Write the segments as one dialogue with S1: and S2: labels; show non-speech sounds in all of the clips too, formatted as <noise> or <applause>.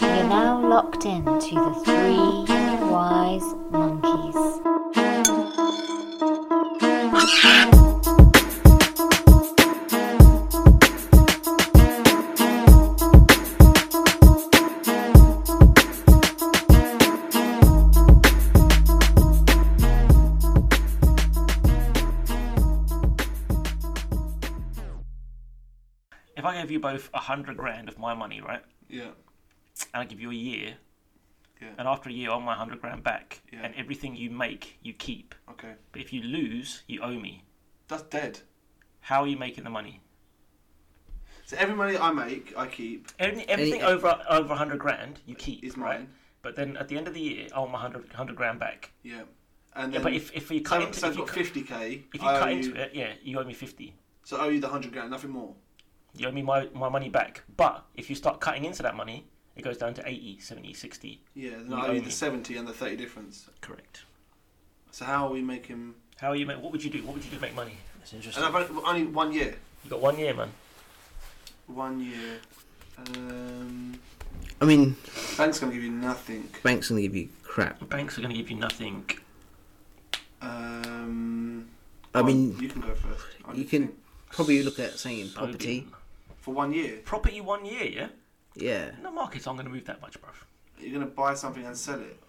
S1: now locked in to the three wise monkeys.
S2: If I gave you both a hundred grand of my money, right,
S3: Yeah.
S2: and I give you a year,
S3: Yeah.
S2: and after a year, I want my hundred grand back,
S3: Yeah.
S2: and everything you make, you keep.
S3: Okay.
S2: But if you lose, you owe me.
S3: That's dead.
S2: How are you making the money?
S3: So every money I make, I keep.
S2: Every, everything
S4: Any-
S2: over over hundred grand, you keep.
S3: Is
S2: right?
S3: mine.
S2: But then at the end of the year, I want my 100, 100 grand back.
S3: Yeah. And
S2: Yeah,
S3: then
S2: but if, if you
S3: so,
S2: cut into,
S3: so
S2: if
S3: I've
S2: you,
S3: got
S2: cu-
S3: fifty Oh, k.
S2: if you cut into it, yeah, you owe me fifty.
S3: so I owe you the hundred grand, nothing more.
S2: You owe me my, my money back. But if you start cutting into that money, it goes down to 80, 70, 60.
S3: Yeah. Then
S2: You
S3: I
S2: owe
S3: owe you
S2: me.
S3: the seventy and the thirty difference.
S2: Correct.
S3: So how are we making?
S2: How are you make? What would you do? What would you do to make money?
S4: That's interesting.
S3: And I've only, only one year.
S2: You got one year, man.
S3: One year. Um,
S4: I mean,
S3: bank's gonna give you nothing.
S4: banks gonna give you crap.
S2: Banks are going to give you nothing.
S3: Um,
S4: I
S3: oh,
S4: mean,
S3: you can go first. I
S4: you
S3: need to
S4: can
S3: think.
S4: probably look at saying
S2: So
S4: property.
S2: be-
S3: for one year.
S2: Property one year, yeah.
S4: Yeah.
S2: No markets aren't going to move that much, bruv.
S3: You're gonna buy something and sell it.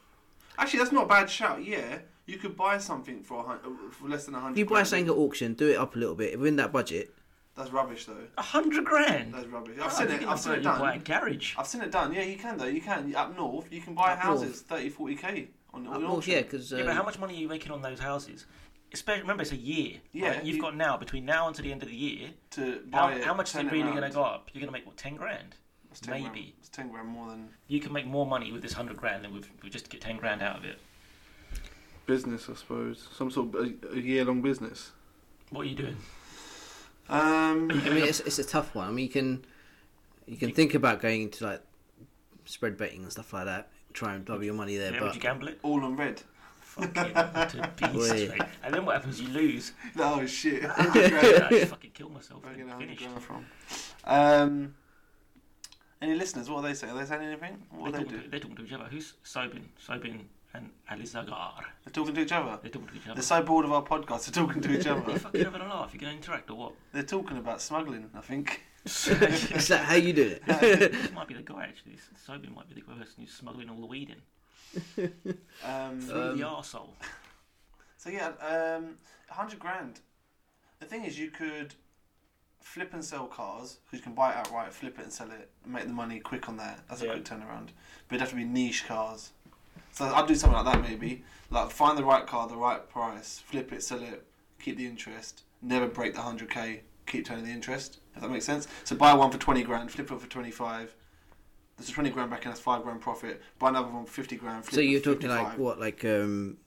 S3: Actually, that's not a bad shout. Yeah, you could buy something for a hundred, for less than a
S4: If
S3: hundred.
S4: you buy
S3: grand.
S4: something at auction, do it up a little bit. Within that budget,
S3: That's rubbish, though.
S2: A hundred grand.
S3: That's rubbish.
S2: Oh,
S3: I've seen
S2: you
S3: it.
S2: can
S3: I've seen
S2: absolutely
S3: it
S2: Buy a
S3: done.
S2: garage.
S3: I've seen it done. Yeah, you can though. You can up north. You can buy
S4: Up
S3: houses 30, 40 k on
S4: up
S3: on
S4: north,
S3: auction.
S4: yeah, um, because
S2: yeah, but how much money are you making on those houses? Especially, remember, it's a year.
S3: Yeah,
S2: right? You've
S3: you- Oh,
S2: got now between now and to the end of the year.
S3: To buy
S2: How,
S3: it,
S2: how much is
S3: turn
S2: it really
S3: around.
S2: going to go up? You're going to make what ten grand?
S3: It's 10 grand-
S2: Maybe.
S3: it's ten grand more than
S2: You can make more money with this hundred grand than with, with just to get ten grand out of it.
S3: business, I suppose. Some sort of a, year long business.
S2: What are you doing?
S3: Um, <coughs>
S4: I mean, it's, it's a tough one. I mean, you can you can think about going into like spread betting and stuff like that. Try and double your money there,
S2: Yeah, would
S4: but
S2: you gamble it?
S3: all on red. <laughs>
S2: Fucking to pieces,
S4: Wait.
S2: mate. And then what happens? You lose.
S3: Oh
S4: <laughs>
S3: shit.
S2: I just fucking kill myself.
S3: Where I
S2: and
S3: get a hundred
S2: finished.
S3: grand from? Um, any listeners? What are they saying? Are they saying anything? What
S2: they're,
S3: do
S2: talking
S3: they do?
S2: to, they're talking to each other. Who's Sobin? Sobin and Ali Zagar.
S3: They're talking to each other.
S2: They're talking to each other.
S3: They're so bored of our podcast. They're talking to each
S2: Are you
S3: other. <laughs>
S2: fucking having a laugh? You're going to interact or what?
S3: They're talking about smuggling. I think.
S4: <laughs> is that how
S2: <laughs>
S4: you do it?
S2: this might be the guy actually. This Sobin might be the person who's smuggling all the weed in
S3: Um,
S2: through the arsehole.
S3: so yeah, um, a hundred grand. The thing is, you could flip and sell cars. 'cause You can buy it outright, flip it and sell it, and make the money quick on that. That's
S2: Yeah.
S3: a quick turnaround. But it'd have to be niche cars. So I'd do something like that maybe. Like find the right car, the right price, flip it, sell it, keep the interest, never break the hundred k, keep turning the interest. If that makes sense. So buy one for twenty grand, flip it for twenty five. There's a twenty grand back and that's five grand profit. Buy another one for fifty grand. Flip
S4: so
S3: it
S4: you're
S3: for
S4: talking like
S3: 55.
S4: what, like um,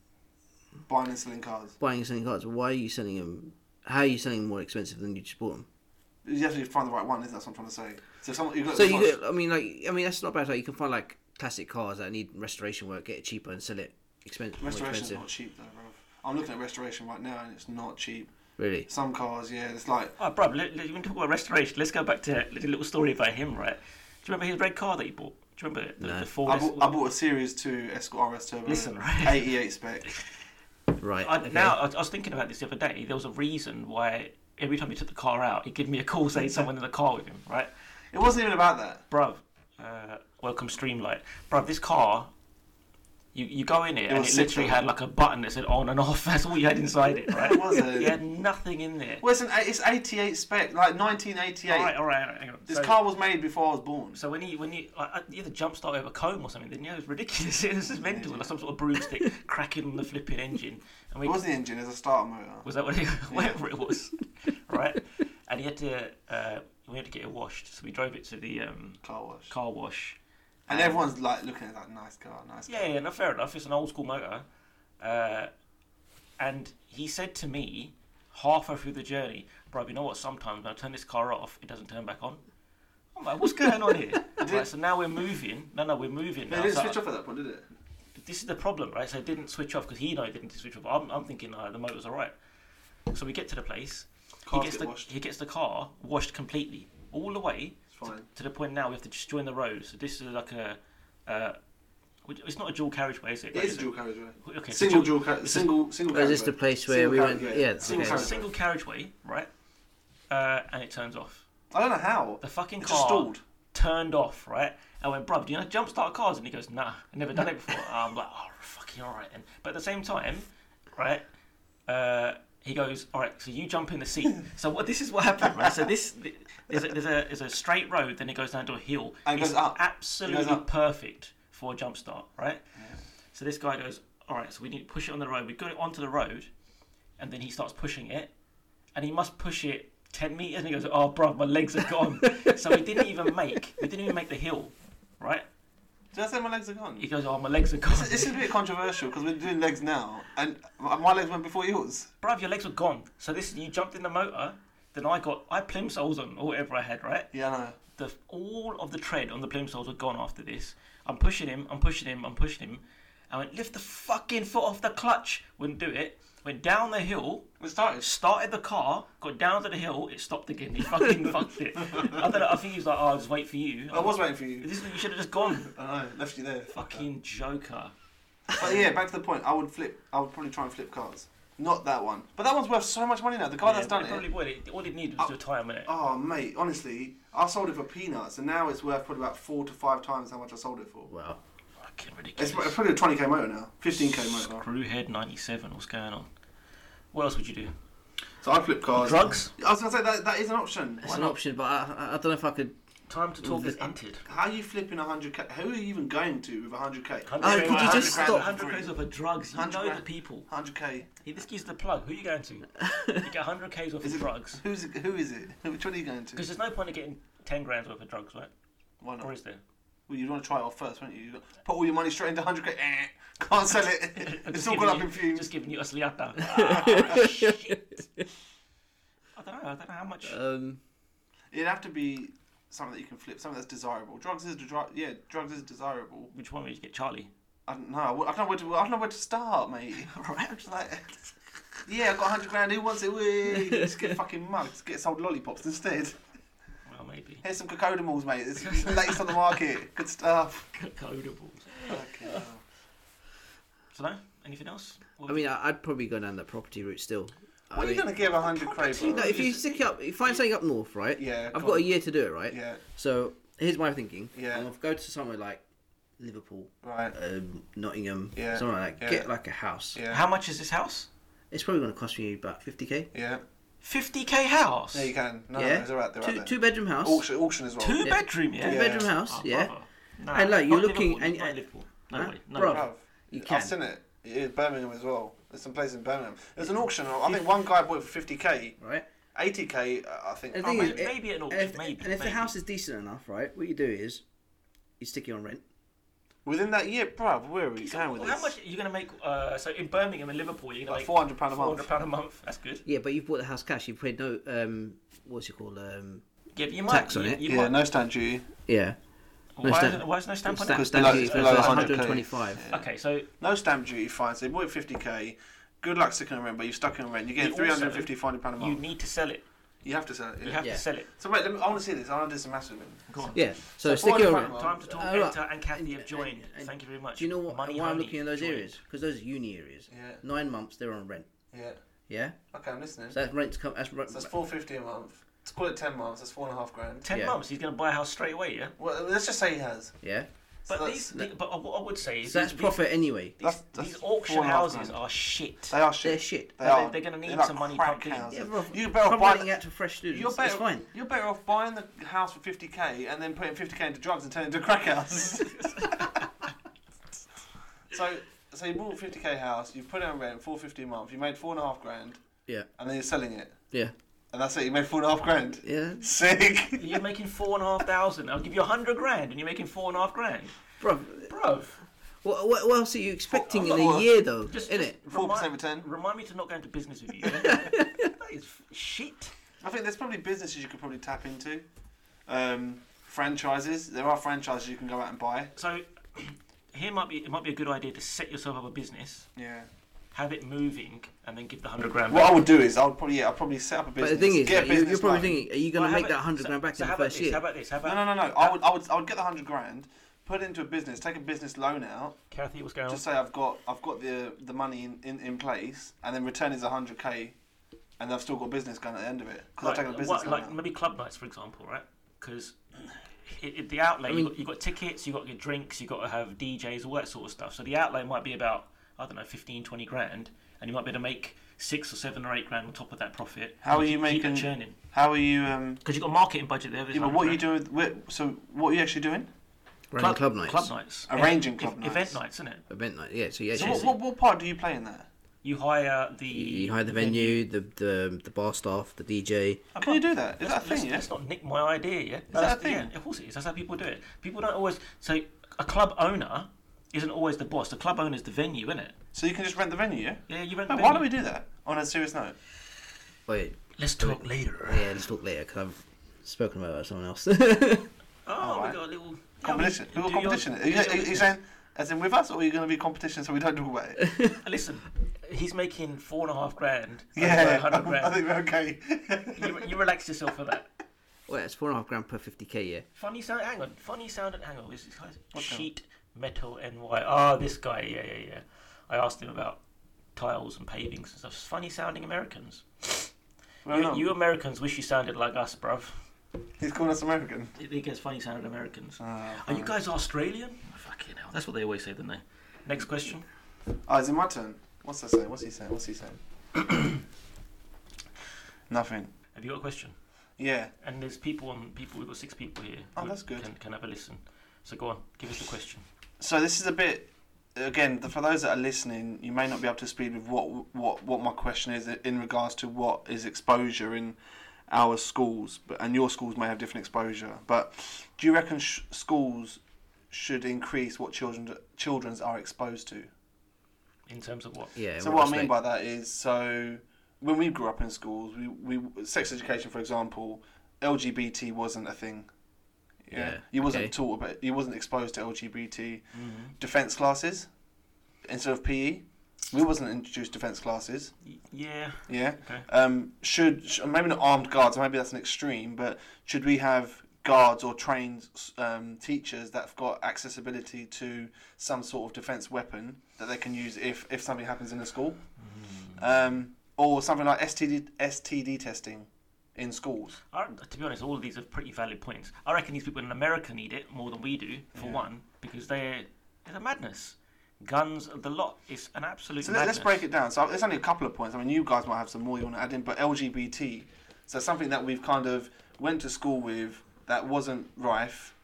S3: buying and selling cars.
S4: buying selling cards? Why are you selling them? How are you selling them more expensive than you just bought them?
S3: You have to find the right one, isn't that what I'm trying to say? So if someone, you've got
S4: So
S3: to
S4: you,
S3: watch-
S4: could, I mean, like, I mean, that's not bad. Like, you can find like classic cars that need restoration work, get it cheaper, and sell it expen- more
S3: restoration's
S4: expensive.
S3: not cheap though, bro. I'm looking at restoration right now and it's not cheap.
S4: Really?
S3: Some cars, yeah, it's like
S2: Oh, bruv, let, let, you want to talk about restoration? Let's go back to a little story about him, right? Do you remember his red car that he bought? Do you remember it? The,
S4: No.
S2: the Ford
S3: I
S2: S-
S3: bought, I bought a Series 2 Escort RS Turbo,
S2: Listen, right?
S3: 88 spec.
S4: Right.
S2: I,
S4: okay.
S2: Now, I was- I was thinking about this the other day. There was a reason why every time he took the car out, he'd give me a call saying someone in the car with him, right?
S3: It wasn't even about that.
S2: Bruv, uh, welcome Streamlight. Bruv, this car, you, you go in it, and
S3: was
S2: it literally
S3: Citroen.
S2: had like a button that said on and off. <laughs> That's all you had inside it, right?
S3: It wasn't.
S2: You had nothing in there.
S3: Well, it's an it's 88 spec, like 1988.
S2: All right, all right, all right. Hang on.
S3: This
S2: So-
S3: car was made before I was born.
S2: So when you when you like, uh, you had the jump start over comb or something, didn't you? It was ridiculous. <laughs> It was just mental, like some sort of broomstick cracking on the flipping engine. And we
S3: It wasn't the engine, it was a starter motor.
S2: was that what it, <laughs> whatever it was, right? And he had to uh, we had to get it washed, so we drove it to the um,
S3: Car wash.
S2: car wash.
S3: and everyone's like looking at that nice car, nice car.
S2: Yeah, yeah, no, fair enough. It's an old school motor. Uh, and he said to me halfway through the journey, bro, you know what? Sometimes when I turn this car off, it doesn't turn back on. I'm like, what's going on
S3: <laughs>
S2: here? right, so now we're moving. No, no, we're moving
S3: But
S2: now.
S3: it didn't
S2: So
S3: switch off at that point, did it?
S2: this is the problem, right? So it didn't switch off because he know it didn't switch off. I'm, I'm thinking uh, the motor's all right. So we get to the place. He
S3: Cars
S2: gets
S3: get
S2: the,
S3: washed.
S2: he gets the car washed completely all the way
S3: It's fine.
S2: to the point now we have to just join the road. So this is like a Uh, which- it's not a dual carriageway, is it?
S3: It is a dual carriageway.
S2: Okay, so
S3: Single
S2: dual-
S3: dual car- single single.
S4: Or is this
S3: carriageway.
S4: the place where
S3: Single
S4: we went-
S3: carriageway.
S4: yeah, okay.
S3: single
S2: It's a
S3: carriageway.
S2: single carriageway, right? Uh, and it turns off.
S3: I don't know how.
S2: The fucking
S3: It
S2: car
S3: just stalled.
S2: turned off, right? I went, bruv, do you know jump start cars? And he goes, nah, I've never done it before.
S3: <laughs>
S2: And I'm like, oh, fucking all right. And, but at the same time, right, uh, he goes, all right, so you jump in the
S3: <laughs>
S2: seat. So what? this is what happened, right? So this, th- there's a, there's a, there's a straight road, then it goes down to a hill.
S3: And it
S2: it's
S3: goes up. It goes
S2: absolutely
S3: up.
S2: perfect for a jump start, right? So this guy goes, all right, so we need to push it on the road. We got it onto the road, and then he starts pushing it, and he must push it ten meters. And he goes, "Oh, bro, my legs are gone." so we didn't even make. We didn't even make the hill, right?
S3: Did I say my legs are gone?
S2: He goes, "Oh, my legs are gone."
S3: This is a bit controversial because we're doing legs now, and my my legs went before yours.
S2: Bruv, your legs were gone. So this, you jumped in the motor. Then I got I plimsolls on or whatever I had, right?
S3: Yeah, I know.
S2: The all of the tread on the plimsolls were gone after this. I'm pushing him. I'm pushing him. I'm pushing him. I went lift the fucking foot off the clutch. Wouldn't do it. Went down the hill.
S3: We started.
S2: started the car, got down to the hill, it stopped again. He fucking
S3: <laughs>
S2: fucked it. I don't know. I think he was like, "Oh, I'll just wait for you."
S3: I was waiting for you.
S2: This, you should have just gone.
S3: I know. Left you there.
S2: Fucking joker.
S3: But yeah, back to the point. I would flip. I would probably try and flip cars. Not that one. But that one's worth so much money now. The guy
S2: Yeah,
S3: Oh, that's
S2: but
S3: done
S2: it
S3: it.
S2: Probably would. It, all it needed was to tie him in it.
S3: Oh mate, honestly, I sold it for peanuts, and now it's worth probably about four to five times how much I sold it for.
S4: Wow.
S2: Fucking
S3: It's
S2: ridiculous.
S3: pro- probably a twenty k motor now, fifteen k motor.
S2: Screwhead ninety seven. What's going on? What else would you do?
S3: So I flip cars.
S2: Drugs.
S3: I was gonna say that that is an option.
S4: It's an option, but I, I- I don't know if
S3: <laughs>
S4: I could.
S2: Time to
S3: Mm-hmm.
S2: talk has ended.
S3: How are you flipping hundred k? Who are you even going to with hundred k?
S4: Oh, could you just stop?
S2: Hundred k's worth of drugs. You
S3: 100
S2: know the
S3: grand.
S2: people.
S3: Hundred k.
S2: He just gives the plug. Who are you going to? You get hundred k's worth
S3: <laughs> Is
S2: of
S3: it
S2: drugs.
S3: Who's it- who is it? <laughs> Who- Which one are you going to?
S2: Because there's no point in getting ten grand's worth of drugs, right?
S3: Why not?
S2: Or is there?
S3: Well, you'd want to try it off first, wouldn't you? You got- Put all your money straight into hundred k. <laughs> Eh, Can't sell it.
S2: <laughs> I'm
S3: it's
S2: just
S3: all
S2: giving
S3: gone up
S2: you-
S3: in fumes.
S2: Just giving you a
S3: <laughs>
S2: sliata. Ah, shit. I don't know. I don't know how much.
S4: Um,
S3: It'd have to be something that you can flip, something that's desirable. Drugs is desi- yeah, drugs is desirable.
S2: Which one would you get, Charlie?
S3: I don't know. I don't know where to. I don't know where to start, mate. <laughs> Right? I'm just like, <laughs> yeah, I got hundred grand. Who wants
S2: <laughs>
S3: it? Wee. Just get fucking mugs. Get sold lollipops instead.
S2: Well,
S3: <laughs>
S2: maybe.
S3: Here's some cocodamals, mate. It's the latest on the market. Good stuff.
S2: Codables.
S3: Fucking hell.
S2: So no. Anything else? What
S4: I mean, I, I'd probably go down that property route still. I
S3: What are you
S4: mean-
S3: gonna give hundred crazy?
S4: No, if you stick it up, you find something up north, right?
S3: Yeah,
S4: I've
S3: go
S4: got a
S3: on.
S4: year to do it, right?
S3: Yeah.
S4: So here's my thinking.
S3: Yeah.
S4: I'll go to somewhere like Liverpool,
S3: Right.
S4: um, Nottingham,
S3: Yeah,
S4: somewhere like
S3: yeah.
S4: get like a house.
S3: Yeah.
S2: how much is this house?
S4: It's probably going to cost me about fifty k.
S3: Yeah.
S2: Fifty k house.
S3: No, you can. No,
S4: yeah.
S3: no, it's alright. They're Oh,
S4: two,
S3: out there.
S4: two bedroom house.
S3: Auction, auction as well.
S2: Two
S4: Yeah.
S2: bedroom. Yeah.
S3: Two
S4: Two bedroom house.
S2: Oh,
S4: yeah.
S2: brother. No,
S4: And look, you're
S2: not
S4: looking-
S2: Liverpool,
S4: and- uh,
S2: not Liverpool. No
S4: Huh?
S2: way. No.
S4: Bruv.
S2: way.
S3: Bruv,
S4: You can.
S3: I've seen it. Yeah, Birmingham as well. There's some places in Birmingham. There's an auction. I think one guy bought it for 50k,
S4: Right.
S3: 80k. uh, I think.
S4: And the
S3: Oh,
S4: thing
S3: mate,
S4: is, eh,
S2: maybe- maybe an
S4: and
S2: auction,
S4: if,
S2: maybe,
S4: And if the
S2: maybe.
S4: house is decent enough, right, what you do is you stick it on rent.
S3: within that year, bruv, where are we
S2: So
S3: going with
S2: well,
S3: this?
S2: how much are you going to make? Uh, so in Birmingham and Liverpool, you're going to
S3: Like
S2: make
S3: 400 pound a month.
S2: 400 pound a month. That's good.
S4: Yeah, but you've bought the house cash. You've paid no um, what's it called? Um,
S2: Yeah, but you might.
S4: Tax on
S2: you,
S4: it.
S2: You
S3: Yeah,
S2: might,
S3: no stamp duty.
S4: yeah. No
S2: why,
S4: stamp-
S2: why is no stamp on
S4: Stamp-
S2: it?
S4: stamp
S3: below-
S4: duty
S3: it's
S4: for
S3: below 100K.
S4: 125.
S2: Okay, so
S3: No stamp duty. Fine. So you bought it 50k. Good luck sticking on rent, but you're stuck in rent. You're getting
S2: You
S3: 350 pound a
S2: you
S3: month. You,
S2: need to sell it.
S3: have to sell it.
S2: You
S3: yeah.
S2: have
S4: Yeah.
S2: to sell it.
S3: So wait, let me, I want to see this. I want to do some massive.
S2: Go on.
S4: Yeah. So,
S3: So
S4: stick it
S3: 400
S4: on rent.
S3: pound
S2: Time to talk.
S4: Uh, right.
S2: Enter and Kathy have
S4: And-
S2: joined.
S4: and- and
S2: Thank you very much.
S4: Do you know what,
S2: Money
S4: why I'm
S2: only
S4: looking in those
S2: joined.
S4: areas? Because those are uni areas.
S3: Yeah.
S4: Nine months they're on rent.
S3: Yeah.
S4: Yeah.
S3: Okay, I'm listening.
S4: So that's rent. Come, that's rent.
S3: So that's 450 a month. Let's call it 10 months. That's four and a half grand.
S2: Ten
S4: Yeah.
S2: months. He's going to buy a house straight away. Yeah.
S3: Well, let's just say he has.
S4: yeah.
S2: But
S3: So
S2: these. the- But what I would say is
S4: So that's
S2: these,
S4: profit anyway.
S2: These,
S3: That's- that's
S2: these
S3: four
S2: auction
S3: and a half
S2: houses
S3: grand.
S2: are shit.
S3: They are shit.
S4: They're shit.
S3: They
S2: They're-
S3: are.
S2: they're gonna need
S3: They're like
S2: some money
S3: crack
S2: pumped in.
S3: houses.
S4: Yeah, bro,
S3: You better off
S4: from
S3: buying.
S4: renting out to fresh students.
S3: You're better,
S4: it's fine.
S3: you're better off buying the house for 50k and then putting 50k into drugs and turning it into a crack
S2: <laughs>
S3: house. so, so you bought a 50k house, you put it on rent, 450 a month, you made four and a half grand,
S4: Yeah.
S3: and then you're selling it.
S4: Yeah.
S3: And that's it, you made four and a half grand.
S4: Yeah.
S3: Sick!
S2: You're making four and a half thousand. I'll give you a hundred grand, and you're making four and a half grand,
S4: Bro,
S2: bro.
S4: what, what what else are you expecting in a
S3: well,
S4: year though?
S2: Just
S4: In
S2: just
S4: it.
S2: remind-
S3: 4% return.
S2: Remind me to not go into business with you.
S4: <laughs>
S2: yeah? that is f- shit.
S3: I think there's probably businesses you could probably tap into. Um, franchises. There are franchises you can go out and buy.
S2: So <clears throat> here might be it might be a good idea to set yourself up a business,
S3: Yeah.
S2: have it moving, and then give the hundred grand.
S3: What
S2: back.
S3: I would do is I would probably yeah, I'd probably set up a
S4: But
S3: business.
S4: the thing is,
S3: get a
S4: like, you- you're
S3: business
S4: probably
S3: loan.
S4: thinking, are you going
S2: Well,
S4: to
S2: how
S4: make that
S2: about-
S4: 100
S2: so-
S4: grand back
S2: so
S4: in
S2: how
S4: the
S2: about
S4: first
S2: this? How
S4: year?
S2: about this? How about
S3: No, no, no, no. I would, I would, I would get the hundred grand, put it into a business, take a business loan out.
S2: Kathy, what's going on?
S3: Just say I've got I've got the the money in, in, in place, and then return is hundred k, and I've still got business going at the end of it because
S2: Like,
S3: I've taken a business
S2: what-
S3: loan.
S2: like
S3: out.
S2: maybe club nights, for example, right? Because it, it- the outlay,
S4: I mean-
S2: you've, got, you've got tickets, you've got your drinks, you've got to have DJs, all that sort of stuff. So the outlay might be about, I don't know, 15, 20 grand, and you might be able to make six or seven or eight grand on top of that profit.
S3: How are
S2: Keep
S3: you
S2: it
S3: making-
S2: churning.
S3: How are you? Um,
S2: Because you've got a marketing budget there.
S3: yeah, but what are you doing? With, so what are you actually doing?
S4: Running club, nights.
S2: Club nights.
S3: Arranging
S2: Ev-
S3: club
S2: ev-
S3: nights.
S2: Event nights, isn't it?
S4: Event night. Yeah. So yeah.
S3: So
S4: so
S3: what, what, what part do you play in that?
S2: You hire the.
S4: you, you hire the venue, the, the the bar staff, the DJ.
S3: Can you do that? Is that a
S2: Let's,
S3: thing? Yeah.
S2: let's not nick my idea, yeah? Is
S3: that a thing?
S2: Yeah, of course it is. That's how people do it. People don't always. So a club owner isn't always the boss. The club owner is the venue, isn't it?
S3: So you can just rent the venue. Yeah.
S2: Yeah, you rent
S3: Wait,
S2: the venue.
S3: why don't we do that? On a serious note,
S4: Wait.
S2: Let's talk later.
S4: Yeah. Let's talk later because I've spoken about it with someone else. <laughs>
S2: Oh,
S3: Alright.
S2: we got a little. yeah,
S3: competition.
S2: we-
S3: Who
S2: do your-
S3: competition? Are
S2: do
S3: you,
S2: your
S3: are you
S2: business.
S3: saying as in with us, or are you going to be competition so we don't talk about
S2: <laughs>
S3: it?
S2: Listen, he's making four and a half grand.
S3: Yeah,
S2: over a hundred
S3: <laughs> I
S2: grand.
S3: think we're
S2: <laughs>
S3: okay.
S2: You, you relax yourself for that.
S4: Wait, it's four and a half grand per fifty k. Yeah.
S2: Funny sound. Hang on. Funny sound and hang on. Is this sheet metal NY? Ah, this guy. Yeah, yeah, yeah. I asked him about tiles and pavings and stuff. Funny sounding Americans.
S3: Well,
S2: you,
S3: no,
S2: you Americans wish you sounded like us, bruv.
S3: He's calling us American.
S2: It, it gets funny sounding Americans.
S3: Ah,
S2: Are you guys Australian? Fucking hell. That's what they always say, don't they? Next question.
S3: Oh, is it my turn? What's that saying? What's he saying? What's he saying?
S2: <coughs>
S3: Nothing.
S2: Have you got a question?
S3: Yeah.
S2: And there's people on people. We've got six people here.
S3: Oh,
S2: who
S3: that's good.
S2: Can, can have a listen. So go on, give us the question.
S3: So this is a bit. Again, th- for those that are listening, you may not be up to speed with what what what my question is in regards to what is exposure in our schools, but and your schools may have different exposure. But do you reckon sh- schools should increase what children childrens are exposed to?
S2: In terms of what?
S4: Yeah.
S3: So what I mean by that is, so when we grew up in schools, we, we sex education, for example, LGBT wasn't a thing. Yeah,
S4: Yeah,
S3: you wasn't
S4: okay. Mm-hmm.
S3: taught about, you wasn't exposed to LGBT defense classes instead of PE. We wasn't introduced defense classes.
S2: Y- Yeah.
S3: Yeah.
S2: Okay.
S3: Um, should sh- maybe not armed guards. Maybe that's an extreme, but should we have guards or trained um, teachers that've got accessibility to some sort of defense weapon that they can use if if something happens in a school,
S2: Hmm.
S3: um, or something like STD STD testing in schools?
S2: I, to be honest, all of these are pretty valid points. I reckon these people in America need it more than we do, for one, because they're it's a madness. Guns, the lot. It's an absolute.
S3: So let, let's
S2: madness.
S3: break it down. So there's only a couple of points. I mean, you guys might have some more you want to add in, but LGBT. So something that we've kind of went to school with that wasn't rife.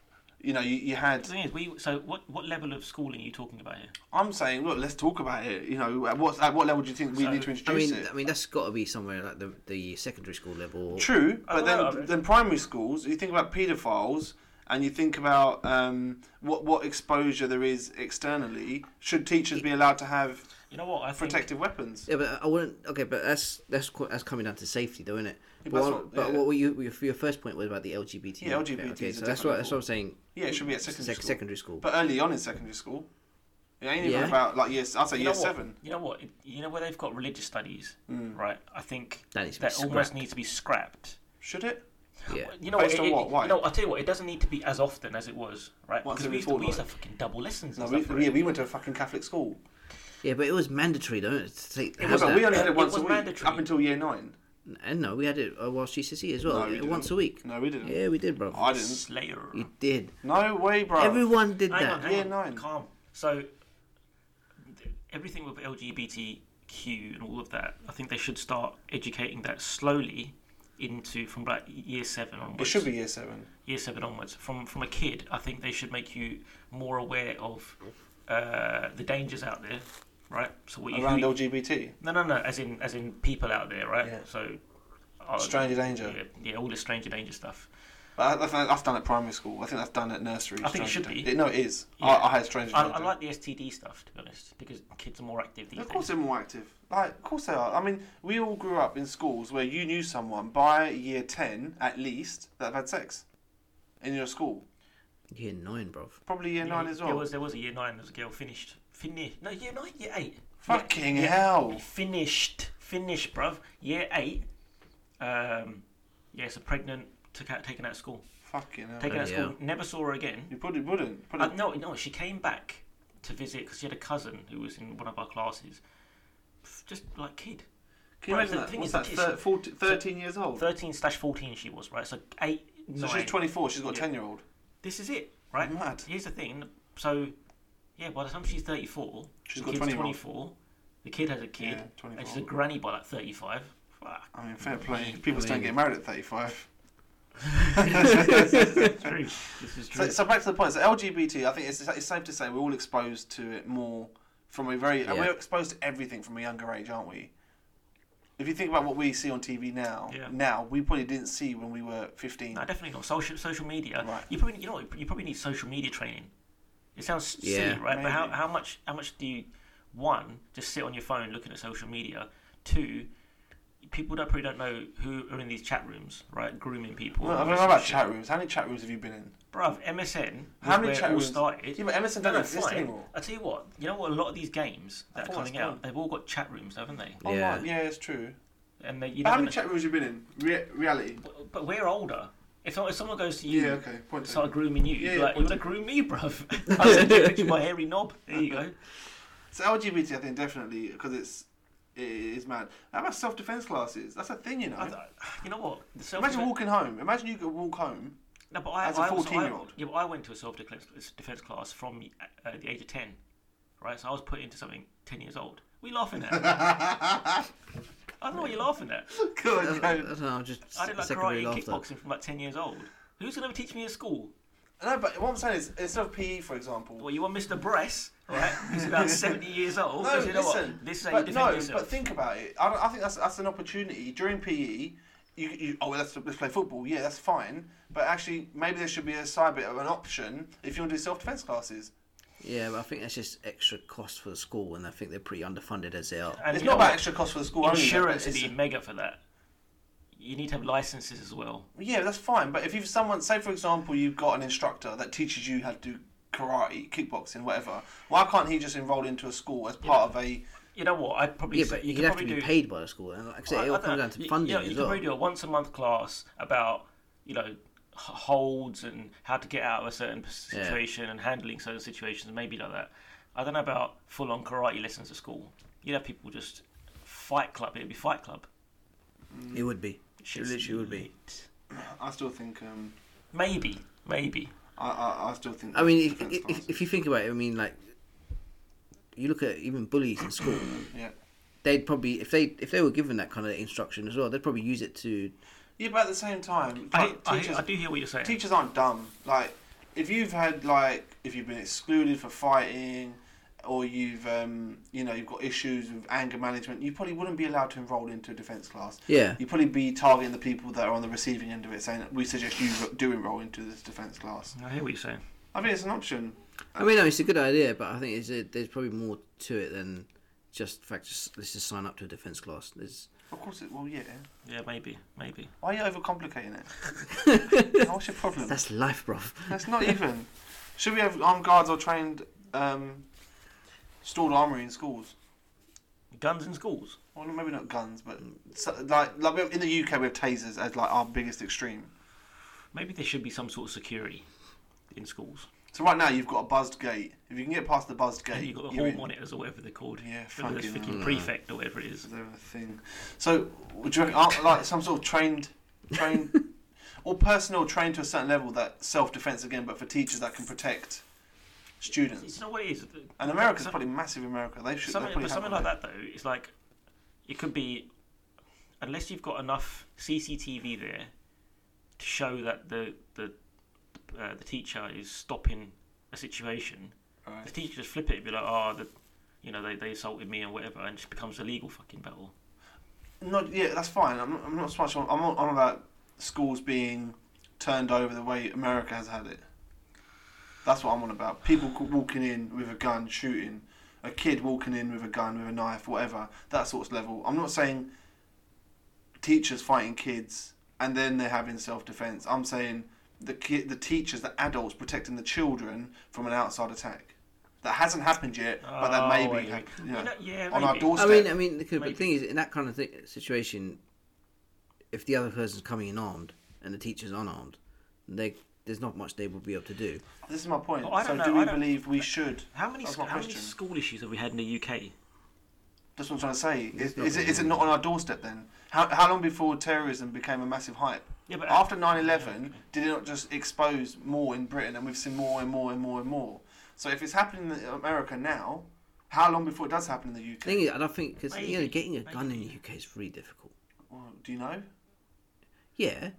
S3: You know, you, you had.
S2: The thing is, we. So what? What level of schooling are you talking about here?
S3: I'm saying, look, let's talk about it. You know, at what at what level do you think we
S2: So,
S3: need to
S4: I
S3: introduce
S4: mean,
S3: it?
S4: I mean that's got to be somewhere like the, the secondary school level. or-
S3: True,
S2: I
S3: but then
S2: don't know.
S3: then primary schools. You think about paedophiles, and you think about um, what what exposure there is externally. Should teachers be allowed to have
S2: You know what? I think.
S3: protective weapons?
S4: Yeah, but I wouldn't. Okay, but that's that's qu- that's coming down to safety, though, isn't it?
S3: Yeah,
S4: but
S3: but that's
S4: what,
S3: what-
S4: but
S3: yeah.
S4: what were you, your, your first point was about the LGBT.
S3: Yeah,
S4: bit,
S3: LGBT
S4: Okay,
S3: is a different
S4: so that's what that's
S3: level.
S4: what I'm saying.
S3: Yeah, it should be at secondary
S4: Sec-
S3: school.
S4: secondary school.
S3: But early on in secondary school, it ain't even
S4: Yeah.
S3: about like years. I'd say
S2: You know
S3: year
S2: what?
S3: seven. Mm.
S2: You know what? It- You know where they've got religious studies, right? I think
S4: That needs to be
S2: that almost
S4: scrapped.
S2: needs to be scrapped.
S3: Should it?
S4: yeah,
S2: You know
S3: Based
S2: what?
S3: on
S2: it-
S3: what?
S2: it-
S3: Why?
S2: You know, I'll tell you what. It doesn't need to be as often as it was, right?
S3: Once
S2: Because
S3: every
S2: we used, to, we used to
S3: fortnight.
S2: have fucking double lessons.
S3: No,
S2: And
S3: we,
S2: stuff for
S3: yeah,
S2: it.
S3: we went to a fucking Catholic school.
S4: yeah, but it was mandatory, though, innit, to take.
S3: Yeah,
S4: have
S3: but
S4: that.
S3: we only had it
S2: It
S3: once
S2: was
S3: a week
S2: mandatory.
S3: up until year nine.
S4: and no, we had it uh, whilst GCSE as well,
S3: No, we
S4: yeah,
S3: didn't.
S4: once a week.
S3: No, we didn't.
S4: Yeah, we did, bro.
S3: I didn't.
S2: Slayer.
S4: You did.
S3: No way, bro.
S4: Everyone did
S2: Hang
S4: that.
S2: on, hang
S3: Year
S2: on.
S3: nine.
S2: Calm. So th- everything with LGBTQ and all of that, I think they should start educating that slowly into from like year seven onwards.
S3: It should be year seven.
S2: year seven onwards. From from a kid, I think they should make you more aware of uh, the dangers out there, right? So what you
S3: Around
S2: who-
S3: LGBT.
S2: no no no, as in as in people out there, right?
S3: Yeah.
S2: So uh,
S3: Stranger danger.
S2: Yeah, yeah, all this stranger danger stuff.
S3: But I, I think that's done at primary school. I think that's done at nursery.
S2: I think it
S3: stranger
S2: should be.
S3: danger. no, it is.
S2: Yeah.
S3: I, I had stranger
S2: I,
S3: danger.
S2: I like the STD stuff to be honest, because kids are more active these
S3: Of course
S2: days.
S3: they're more active. Like, of course they are. I mean, we all grew up in schools where you knew someone by year ten at least that had sex in your school.
S4: Year nine, bro.
S3: Probably year
S2: Yeah,
S3: nine as well.
S2: There was there was a year nine. There was a girl finished finished. No, year nine, year eight.
S3: Fucking hell.
S2: Finished, finished, bruv. Year eight. Um, yeah, so pregnant, took out, taken out of school.
S3: Fucking hell.
S2: Taken out of
S4: Bloody
S2: school, never saw her again.
S3: You probably wouldn't.
S2: Uh,
S3: Probably,
S2: no, no, she came back to visit because she had a cousin who was in one of our classes. F- Just like kid.
S3: can you
S2: right,
S3: imagine
S2: the
S3: that?
S2: thing
S3: What's
S2: is,
S3: that?
S2: it's-
S3: Thir- 40, 13 years old.
S2: 13 slash 14 she was, right? So 8,
S3: so
S2: 9.
S3: she's 24. She's got a
S2: Yeah.
S3: 10 year old.
S2: This is it, right?
S3: Mad.
S2: Here's the thing. So, yeah, by the time she's 34,
S3: She's
S2: the
S3: got
S2: kid's
S3: 20 months.
S2: 24, the kid has a kid,
S3: Yeah, 24.
S2: and she's a granny by like 35. Fuck.
S3: I mean, fair play. People
S4: I
S3: just don't
S4: mean-
S3: get married at 35.
S2: It's true. This is
S3: So,
S2: true.
S3: so back to the point. So LGBT, I think it's, it's safe to say we're all exposed to it more from a very. and
S4: Yeah.
S3: We're exposed to everything from a younger age, aren't we? If you think about what we see on TV now,
S2: Yeah.
S3: now we probably didn't see when we were 15.
S2: no, definitely not. Social social media.
S3: Right.
S2: You probably you know what, you probably need social media training. It sounds
S4: Yeah.
S2: silly, right? But how,
S3: Maybe.
S2: how much how much do you one just sit on your phone looking at social media? Two, people don't probably don't know who are in these chat rooms, right? Grooming people.
S3: Well, I don't know about chat rooms. How many chat rooms have you been in?
S2: Bruv, MSN.
S3: How
S2: was
S3: many
S2: where it
S3: chat
S2: all
S3: rooms?
S2: started?
S3: Yeah, but MSN don't exist
S2: fine.
S3: anymore.
S2: I tell you what, you know what? A lot of these games
S3: I
S2: that are
S3: thought
S2: coming
S3: that's
S2: out,
S3: gone.
S2: they've all got chat rooms, haven't they?
S3: Oh,
S4: Yeah.
S3: right. yeah, it's true.
S2: And they, you
S3: But
S2: know,
S3: how many chat rooms have you been in? Re- reality.
S2: but, but we're older. If, so- if someone goes to you,
S3: Yeah, okay. Point taken.
S2: start grooming you,
S3: Yeah,
S2: you'd be
S3: yeah,
S2: like, you want to groom me, bruv? <laughs>
S3: <laughs>
S2: I said, "Yeah, picture my hairy knob. There you go.
S3: So LGBT, I think definitely because it's it is mad. How about self defense classes? That's a thing, you know.
S2: I, I- you know what? The self
S3: Imagine walking home. Imagine you could walk home.
S2: <laughs> no, but I,
S3: as a
S2: I was- I-
S3: 14-year-old.
S2: Yeah, but I went to a self-defense class from uh, the age of ten, right? So I was put into something ten years old. What are you laughing at?
S3: <laughs>
S2: I don't know what you're laughing at.
S3: Go
S4: I
S3: and
S4: don't
S3: go.
S4: know, I'm just
S2: I did like
S4: secondary
S2: karate and
S4: laughter.
S2: kickboxing from like ten years old. Who's gonna teach me at school?
S3: uh, No, but what I'm saying is, instead of PE, for example.
S2: Well, you want Mr. Bress, right? He's
S3: <laughs>
S2: about seventy years old.
S3: No,
S2: so you know
S3: listen.
S2: what? This is how you
S3: but
S2: defend
S3: no,
S2: yourself.
S3: but think about it. I, don't- I think that's that's an opportunity during PE. You, you oh let's, let's play football. Yeah, that's fine. But actually, maybe there should be a side bit of an option if you want to do self defense classes.
S4: Yeah, but I think that's just extra cost for the school, and I think they're pretty underfunded as they are.
S2: and
S3: it's
S2: you
S3: not
S2: know
S3: about
S2: what?
S3: extra cost for the school. only,
S2: insurance
S3: but
S2: would
S3: it's-
S2: be mega for that. You need to have licenses as well.
S3: Yeah, that's fine. But if you've someone, say for example, you've got an instructor that teaches you how to do karate, kickboxing, whatever, why can't he just enroll into a school as part of a?
S2: You know what? I'd probably
S4: Yeah,
S2: say,
S4: but
S2: you
S4: you'd
S2: could
S4: have to
S2: probably
S4: be
S2: do.
S4: paid by the school. And like I say,
S2: I- I
S4: it all
S2: don't know.
S4: comes down to
S2: You-
S4: funding
S2: you, know, you
S4: as
S2: could
S4: well.
S2: probably do a once a month class about you know h- holds and how to get out of a certain situation and handling certain situations, maybe like that. I don't know about full on karate lessons at school. You'd have people just fight club. It'd be fight club.
S4: It would be. It
S2: Shit's
S4: literally would be.
S2: lit.
S3: I still think. Um,
S2: Maybe, maybe.
S3: I, I, I still think.
S4: I mean, if,
S3: defense
S4: if-
S3: classes.
S4: if, if you think about it, I mean, like, you look at even bullies in school.
S3: yeah.
S4: They'd probably, if they if they were given that kind of instruction as well, they'd probably use it to.
S3: Yeah, but at the same time,
S2: I,
S3: like,
S2: I,
S3: teachers,
S2: I do hear what you're saying.
S3: teachers aren't dumb. Like, if you've had like, if you've been excluded for fighting, or you've, um, you know, you've got issues with anger management, you probably wouldn't be allowed to enroll into a defence class.
S4: Yeah.
S3: You'd probably be targeting the people that are on the receiving end of it, saying, "We suggest you do enroll into this defence class."
S2: I hear what you're saying.
S3: I think it's an option.
S4: I mean, no, it's a good idea, but I think it's a, there's probably more to it than just the fact. Just let's just sign up to a defense class. There's
S3: Of course, it. Well, yeah.
S2: Yeah, maybe, maybe.
S3: Why are you overcomplicating it? What's your problem? That's,
S4: that's life, bro.
S3: not even. Should we have armed guards or trained, um, stored armory in schools?
S2: Guns in schools.
S3: Well, maybe not guns, but so, like, like we have- in the UK we have tasers as like our biggest extreme.
S2: Maybe there should be some sort of security in schools.
S3: So right now you've got a buzzed gate. If you can get past the buzzed gate,
S2: And you've got the
S3: you're
S2: hall
S3: in. <laughs>
S2: monitors or whatever they're called.
S3: Uh, Yeah,
S2: Whether it's
S3: fucking
S2: freaking prefect or whatever it is.
S3: Is there a thing? So would you reckon aren't, like some sort of trained, trained,
S2: <laughs>
S3: or personnel trained to a certain level that self defense again, but for teachers that can protect students?
S2: You know what it is?
S3: And America's
S2: Some-
S3: probably massive. in America, they should.
S2: Something,
S3: they
S2: but something like that though, it's like it could be unless you've got enough CCTV there to show that the the uh, the teacher is stopping a situation. The teacher just flip it and be like, oh, the, you know, they, they assaulted me and whatever, and it just becomes a legal fucking battle.
S3: Not yeah, that's fine. I'm, I'm not so much. On, I'm not on about schools being turned over the way America has had it. That's what I'm on about. People c- walking in with a gun, shooting a kid walking in with a gun, with a knife, whatever. That sort of level. I'm not saying teachers fighting kids and then they're having self defense. I'm saying the ki the teachers, the adults protecting the children from an outside attack. That hasn't happened yet, but that may
S2: Oh,
S3: be
S2: yeah.
S3: hap- you know,
S2: You know, yeah,
S3: on our
S2: maybe.
S4: I
S3: doorstep.
S4: mean, I mean, the, but the
S2: Maybe.
S4: thing is, in that kind of th- situation, if the other person's coming in armed and the teacher's unarmed, they there's not much they will be able to do.
S3: This is my point.
S2: Well, Oh, I
S3: so
S2: don't know,
S3: do we
S2: I don't-
S3: believe we should?
S2: How many
S3: That's
S2: sc-
S3: my
S2: how many
S3: question.
S2: school issues have we had in the UK?
S3: That's what I'm trying to say. Is,
S4: not
S3: is, it,
S4: really-
S3: is it not on our doorstep then? How, how long before terrorism became a massive hype?
S2: Yeah, but- uh,
S3: after 9/11, did it not just expose more in Britain, and we've seen more and more and more and more? So if it's happening in America now, how long before it does happen in the UK?
S4: The thing is, I don't think because you know
S2: Maybe,
S4: getting a gun in
S2: maybe.
S4: the UK is really difficult.
S3: Well, do you know?
S4: Yeah,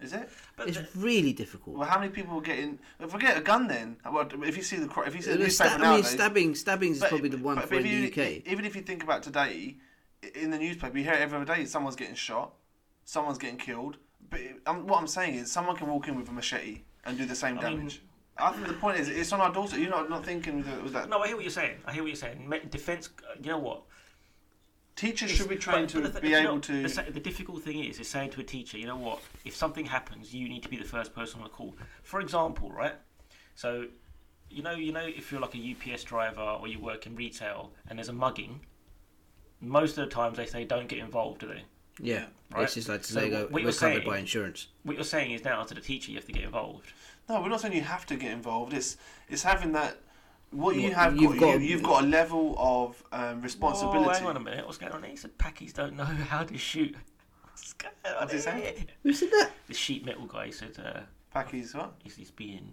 S3: Is it?
S2: But
S4: it's
S2: the-
S4: really difficult.
S3: Well, how many people are getting? If we get a gun, then well, if you see the cri- if you see the
S4: Uh, sta-
S3: newspaper
S4: I mean,
S3: nowadays,
S4: stabbing, stabbings is
S3: But-
S4: probably the one
S3: but-
S4: for
S3: but
S4: in the
S3: even-
S4: UK.
S3: Even if you think about today, i- in the newspaper, you hear it every day someone's getting shot, someone's getting killed. But it- um, what I'm saying is, someone can walk in with a machete and do the same
S2: I mean-
S3: damage. I think the point is, it's on our doorstep. You're not, not thinking with, the, with that.
S2: no, I hear what you're saying. I hear what you're saying. Me- Defense, uh, you know what?
S3: Teachers should be
S2: But-
S3: trained
S2: but
S3: to
S2: the-
S3: be
S2: you know,
S3: able to.
S2: The, sa- the difficult thing is, is saying to a teacher, you know what? If something happens, you need to be the first person on the call. For example, right? So, you know, you know, if you're like a UPS driver or you work in retail and there's a mugging, most of the times they say don't get involved, do they?
S4: yeah,
S2: Right.
S4: it's just like to
S2: So
S4: say
S2: what-
S4: go,
S2: what
S4: we're
S2: you're
S4: covered
S2: saying-
S4: by insurance.
S2: What you're saying is now to the teacher, you have to get involved.
S3: No, we're not saying you have to get involved. It's it's having that. What you
S4: Well,
S3: have
S4: you've
S3: got,
S4: got-
S3: you, you've got a level of um, responsibility.
S2: Whoa, Oh, hang on a minute, what's going on here? He said Pakis don't know <laughs> how to shoot. What's going on
S3: What's he saying?
S2: here?
S4: Who said that?
S2: The sheet metal guy said, uh,
S3: Packies, what?
S2: he's, he's being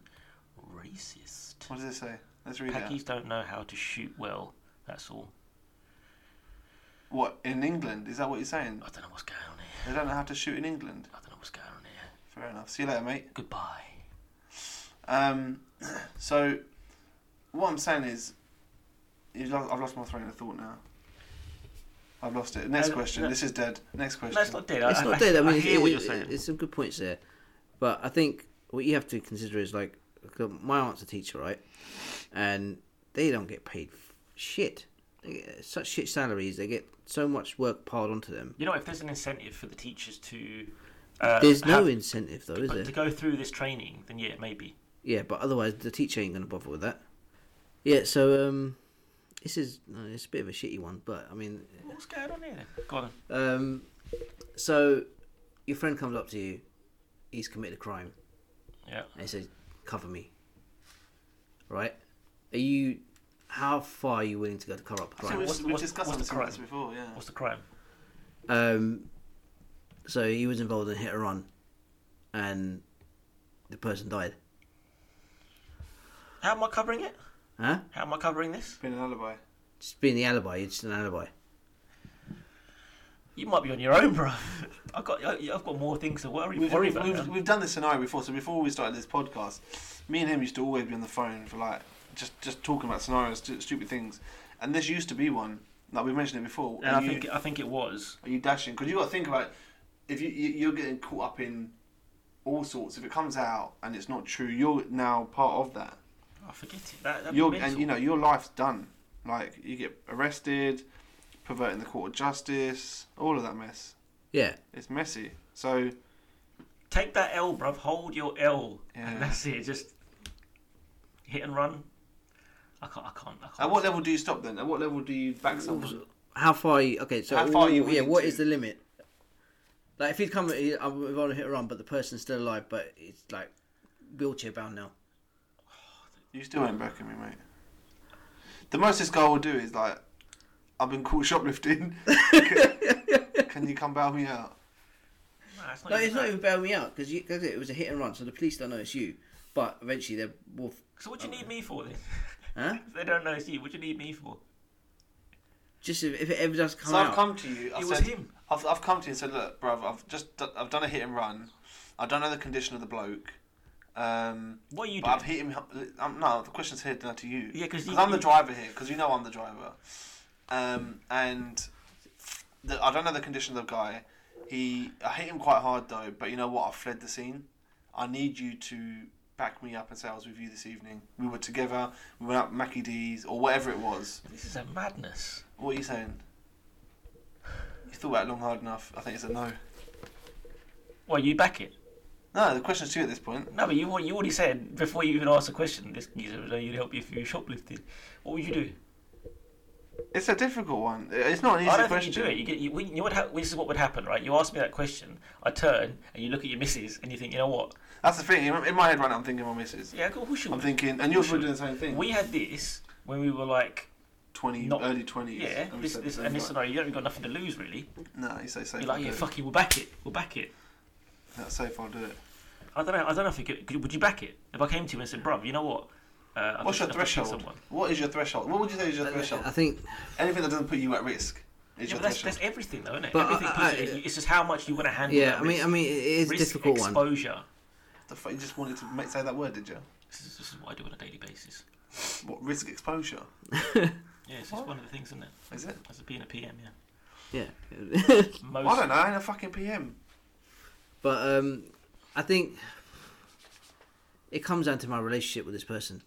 S2: racist.
S3: What does it say? Let's read
S2: Packies
S3: it.
S2: don't know how to shoot well. That's all.
S3: What in England? Is that what you're saying?
S2: I don't know what's going on here.
S3: They don't know how to shoot in England.
S2: I don't know what's going on here.
S3: Fair enough. See you later, mate.
S2: Goodbye.
S3: Um, <clears throat> so what I'm saying is, you've lost, I've lost my train of thought now. I've lost it. Next
S2: No,
S3: question.
S2: Uh, no.
S3: This is dead. Next question.
S2: No, it's not dead.
S4: it's
S2: I,
S4: not dead. I mean,
S2: hear
S4: it-
S2: what
S4: it-
S2: you're saying.
S4: It's some good points there, but I think what you have to consider is like my aunt's a teacher, right? And they don't get paid f- shit. They get such shit salaries. They get so much work piled onto them.
S2: you know, if there's an incentive for the teachers to, uh,
S4: There's no
S2: have-
S4: incentive though, is
S2: but
S4: there?
S2: to go through this training, then yeah, maybe.
S4: Yeah, but otherwise the teacher ain't gonna bother with that. Yeah, so um, this is no, it's a bit of a shitty one, but I mean,
S2: What's going on here? then? Go on.
S4: um, so your friend comes up to you, he's committed a crime,
S2: Yeah.
S4: and he says, "Cover me." Right? Are you? How far are you willing to go to cover up a
S3: So
S4: crime?
S3: we've,
S2: What's the-
S3: we've
S2: what's-
S3: discussed
S2: what's the
S3: something like this
S2: crime?
S3: before, yeah.
S2: What's the crime?
S4: Um, so he was involved in a hit or run, and the person died.
S2: How am I covering it?
S4: Huh?
S2: How am I covering this?
S3: Been an alibi.
S4: Just being the alibi. It's just an alibi.
S2: You might be on your own, bro. <laughs> I've got I- I've got more things to worry,
S3: We've,
S2: worry
S3: we've,
S2: about.
S3: we've,
S2: now.
S3: we've done this scenario before. So before we started this podcast, me and him used to always be on the phone for like just just talking about scenarios, stu- stupid things. And this used to be one. Like we mentioned it before.
S2: and I
S3: you-
S2: think I think it was.
S3: Are you dashing? Because you got to think about if you, you you're getting caught up in all sorts. If it comes out and it's not true, you're now part of that.
S2: I forget it. That, that'd be
S3: You're
S2: mental.
S3: and you know your life's done. Like you get arrested, perverting the court of justice, all of that mess.
S4: Yeah.
S3: It's messy. So
S2: Take that L, bruv. Hold your L,
S3: Yeah.
S2: and that's it. Just hit and run. I can't. I can't. I can't.
S3: at what level do you stop then? At what level do you back someone?
S4: How far? Are you, okay, so
S3: How far are you
S4: yeah,
S3: willing
S4: what
S3: to-
S4: is the limit? Like if he'd come, he- I would want to hit her on, but the person's still alive, but it's like wheelchair bound now.
S3: You still ain't backing me, mate. The most this guy will do is like, I've been caught <laughs> shoplifting. Can you come bail me out?
S2: No, it's not
S4: Like
S2: even
S4: it's not
S2: that.
S4: even bailing me out because it was a hit and run, so the police don't know it's you. But eventually they're wolf.
S2: So what do you need me for then? <laughs>
S4: Huh?
S2: If they don't know it's you. What do you need me for?
S4: Just if, if it ever does come
S3: So
S4: out,
S3: I've come to you. I've
S2: It was
S3: said-
S2: him.
S3: I've, I've come to you and said, look, bruv, I've just do- I've done a hit and run. I don't know the condition of the bloke. Um,
S2: What are you
S3: but I've
S2: doing?
S3: hit him. Um, no, the question's here now to you.
S2: Yeah, 'cause you-
S3: I'm the
S2: you-
S3: driver here. Because you know I'm the driver. Um, and the, I don't know the condition of the guy. He, I hit him quite hard though. But you know what? I fled the scene. I need you to back me up and say I was with you this evening. We were together. We went out Mackie D's or whatever it was.
S2: This is a madness.
S3: What are you saying? You thought about it long hard enough. I think it's a no.
S2: Well, you back it.
S3: No, the question's to you at this point.
S2: No, but you al- you already said before you even asked the question. This geezer would only help you if you shoplifted. What would you do?
S3: It's a difficult one. It's not an
S2: I
S3: easy
S2: don't
S3: question.
S2: think you do it. You get you, you would ha- this is what would happen, right? You ask me that question. I turn and you look at your missus and you think, you know what?
S3: That's the thing. In in my head right now, I'm thinking my missus.
S2: Yeah, cool. Who should
S3: I'm
S2: we?
S3: thinking, and you're probably doing the same thing.
S2: we had this when we were like,
S3: 20,
S2: not-
S3: early 20s.
S2: yeah,
S3: we
S2: this,
S3: said
S2: this,
S3: the
S2: and this
S3: same right.
S2: scenario, you don't even got nothing to lose, really.
S3: No, you say safe.
S2: You're like,
S3: I'll
S2: yeah,
S3: do
S2: fuck it, we'll back it, we'll back it.
S3: it. That's safe, I'll do it.
S2: I don't know, I don't know if you could, could you- would you back it? If I came to you and said, bruv, you know what? Uh, I've
S3: What's your
S2: just- I've just killed
S3: threshold?
S2: someone."
S3: What is your threshold? What would you say
S4: Uh,
S3: is your threshold?
S4: I think
S3: Anything that doesn't put you at risk is
S2: Yeah,
S3: your
S2: but that's,
S3: threshold. uh,
S2: that's everything, though, isn't it?
S4: But
S2: everything
S4: I-
S2: puts
S4: I-
S2: it- it's just how much you're going to handle.
S4: yeah.
S2: that
S4: I mean,
S2: risk.
S4: I mean, it is a
S2: Risk
S4: difficult one.
S2: exposure.
S3: The fuck, you just wanted to make, say that word, did you?
S2: This is, this is what I do on a daily basis.
S3: What risk exposure?
S2: Yeah, it's just one of the things, isn't it?
S3: Is it?
S2: As a being a PM, yeah.
S4: Yeah, <laughs>
S2: Most,
S3: I don't know. I ain't a fucking PM.
S4: but um, I think it comes down to my relationship with this person.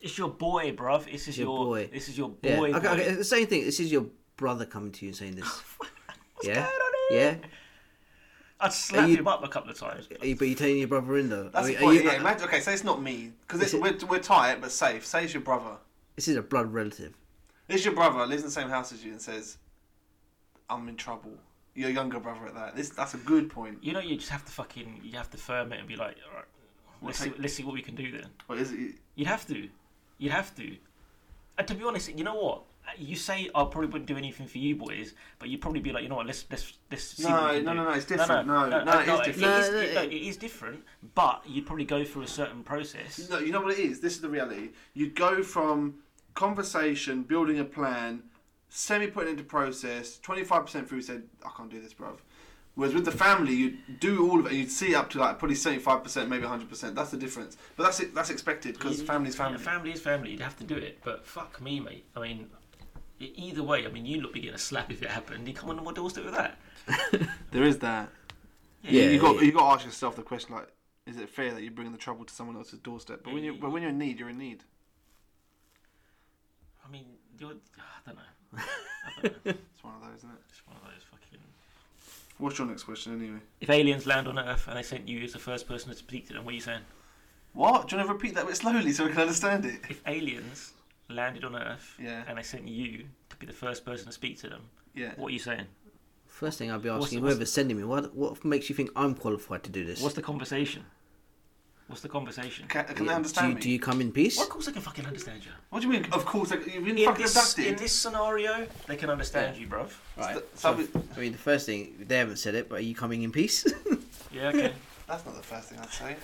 S2: It's your boy, bruv. This is
S4: Your
S2: your,
S4: boy.
S2: This is your boy.
S4: Yeah. okay,
S2: boy.
S4: okay, the same thing. This is your brother coming to you
S3: <sighs>
S4: and saying this.
S2: <laughs>
S4: yeah.
S2: going on here?
S4: Yeah.
S2: I'd slap
S4: Are you-
S2: him up a couple of times.
S4: Are you, but you're taking your brother in though.
S3: That's
S4: I
S3: the
S4: mean, are
S3: point.
S4: you-
S3: yeah, imagine, okay, say it's not me because
S4: Is it-
S3: we're, we're tight but safe. Say it's your brother.
S4: This is a blood relative.
S3: It's your brother lives in the same house as you and says, "I'm in trouble." Your younger brother at that. This that's a good point.
S2: You know, you just have to fucking, you have to firm it and be like, all right, let's, see,
S3: take-
S2: let's see what we can do then.
S3: What is it?
S2: You'd have to. You'd have to. And to be honest, you know what? You say I probably wouldn't do anything for you boys, but you'd probably be like, you know what? Let's let's let's see. what
S3: No,
S2: we can
S3: no,
S2: do.
S3: no, no, it's different. No, no, it is different.
S2: It is,
S4: No, no,
S2: it-
S4: it-
S2: no, it is different, but you'd probably go through a certain process.
S3: No, you know what it is. This is the reality. You go from conversation, building a plan, semi putting into process. Twenty five percent through said, "I can't do this, bruv." Whereas with the family, you do all of it. and You'd see up to like probably seventy five percent, maybe hundred percent. That's the difference. But that's it. That's expected because
S2: You-
S3: family's family.
S2: Yeah, family is family. You'd have to do it, but fuck me, mate. I mean, e- either way, I mean, you look be getting a slap if it happened. You come on, what do do with that?
S3: There is that.
S4: Yeah,
S3: you got
S4: yeah.
S3: you got to ask yourself the question like, is it fair that you bring the trouble to someone else's doorstep? But when you
S2: Yeah.
S3: but when you're in need, you're in need.
S2: I mean, you're. I don't know. I don't know.
S3: It's one of those, isn't it?
S2: It's one of those fucking.
S3: What's your next question anyway?
S2: If aliens land on Earth and they sent you as the first person to speak to them, what are you saying?
S3: What? Do you want to repeat that bit slowly so we can understand it?
S2: if aliens landed on Earth
S3: Yeah.
S2: and they sent you to be the first person to speak to them,
S3: Yeah.
S2: what are you saying?
S4: First thing I'd be
S2: What's-
S4: asking
S2: what's-
S4: whoever's sending me, what what makes you think I'm qualified to do this?
S2: What's the conversation? What's the conversation?
S3: Can, can
S4: Yeah,
S3: they understand
S4: do,
S3: me?
S4: do you come in peace?
S2: Well, of course, they can fucking understand you.
S3: What do you mean? Of course, like, you've been
S2: In
S3: fucking
S2: this, in
S3: abducted.
S2: this scenario, they can understand you, bruv.
S4: Right.
S3: Th- so
S4: so, I mean, the first thing they haven't said it, but are you coming in peace?
S2: Yeah, okay.
S3: That's not the first thing I'd say.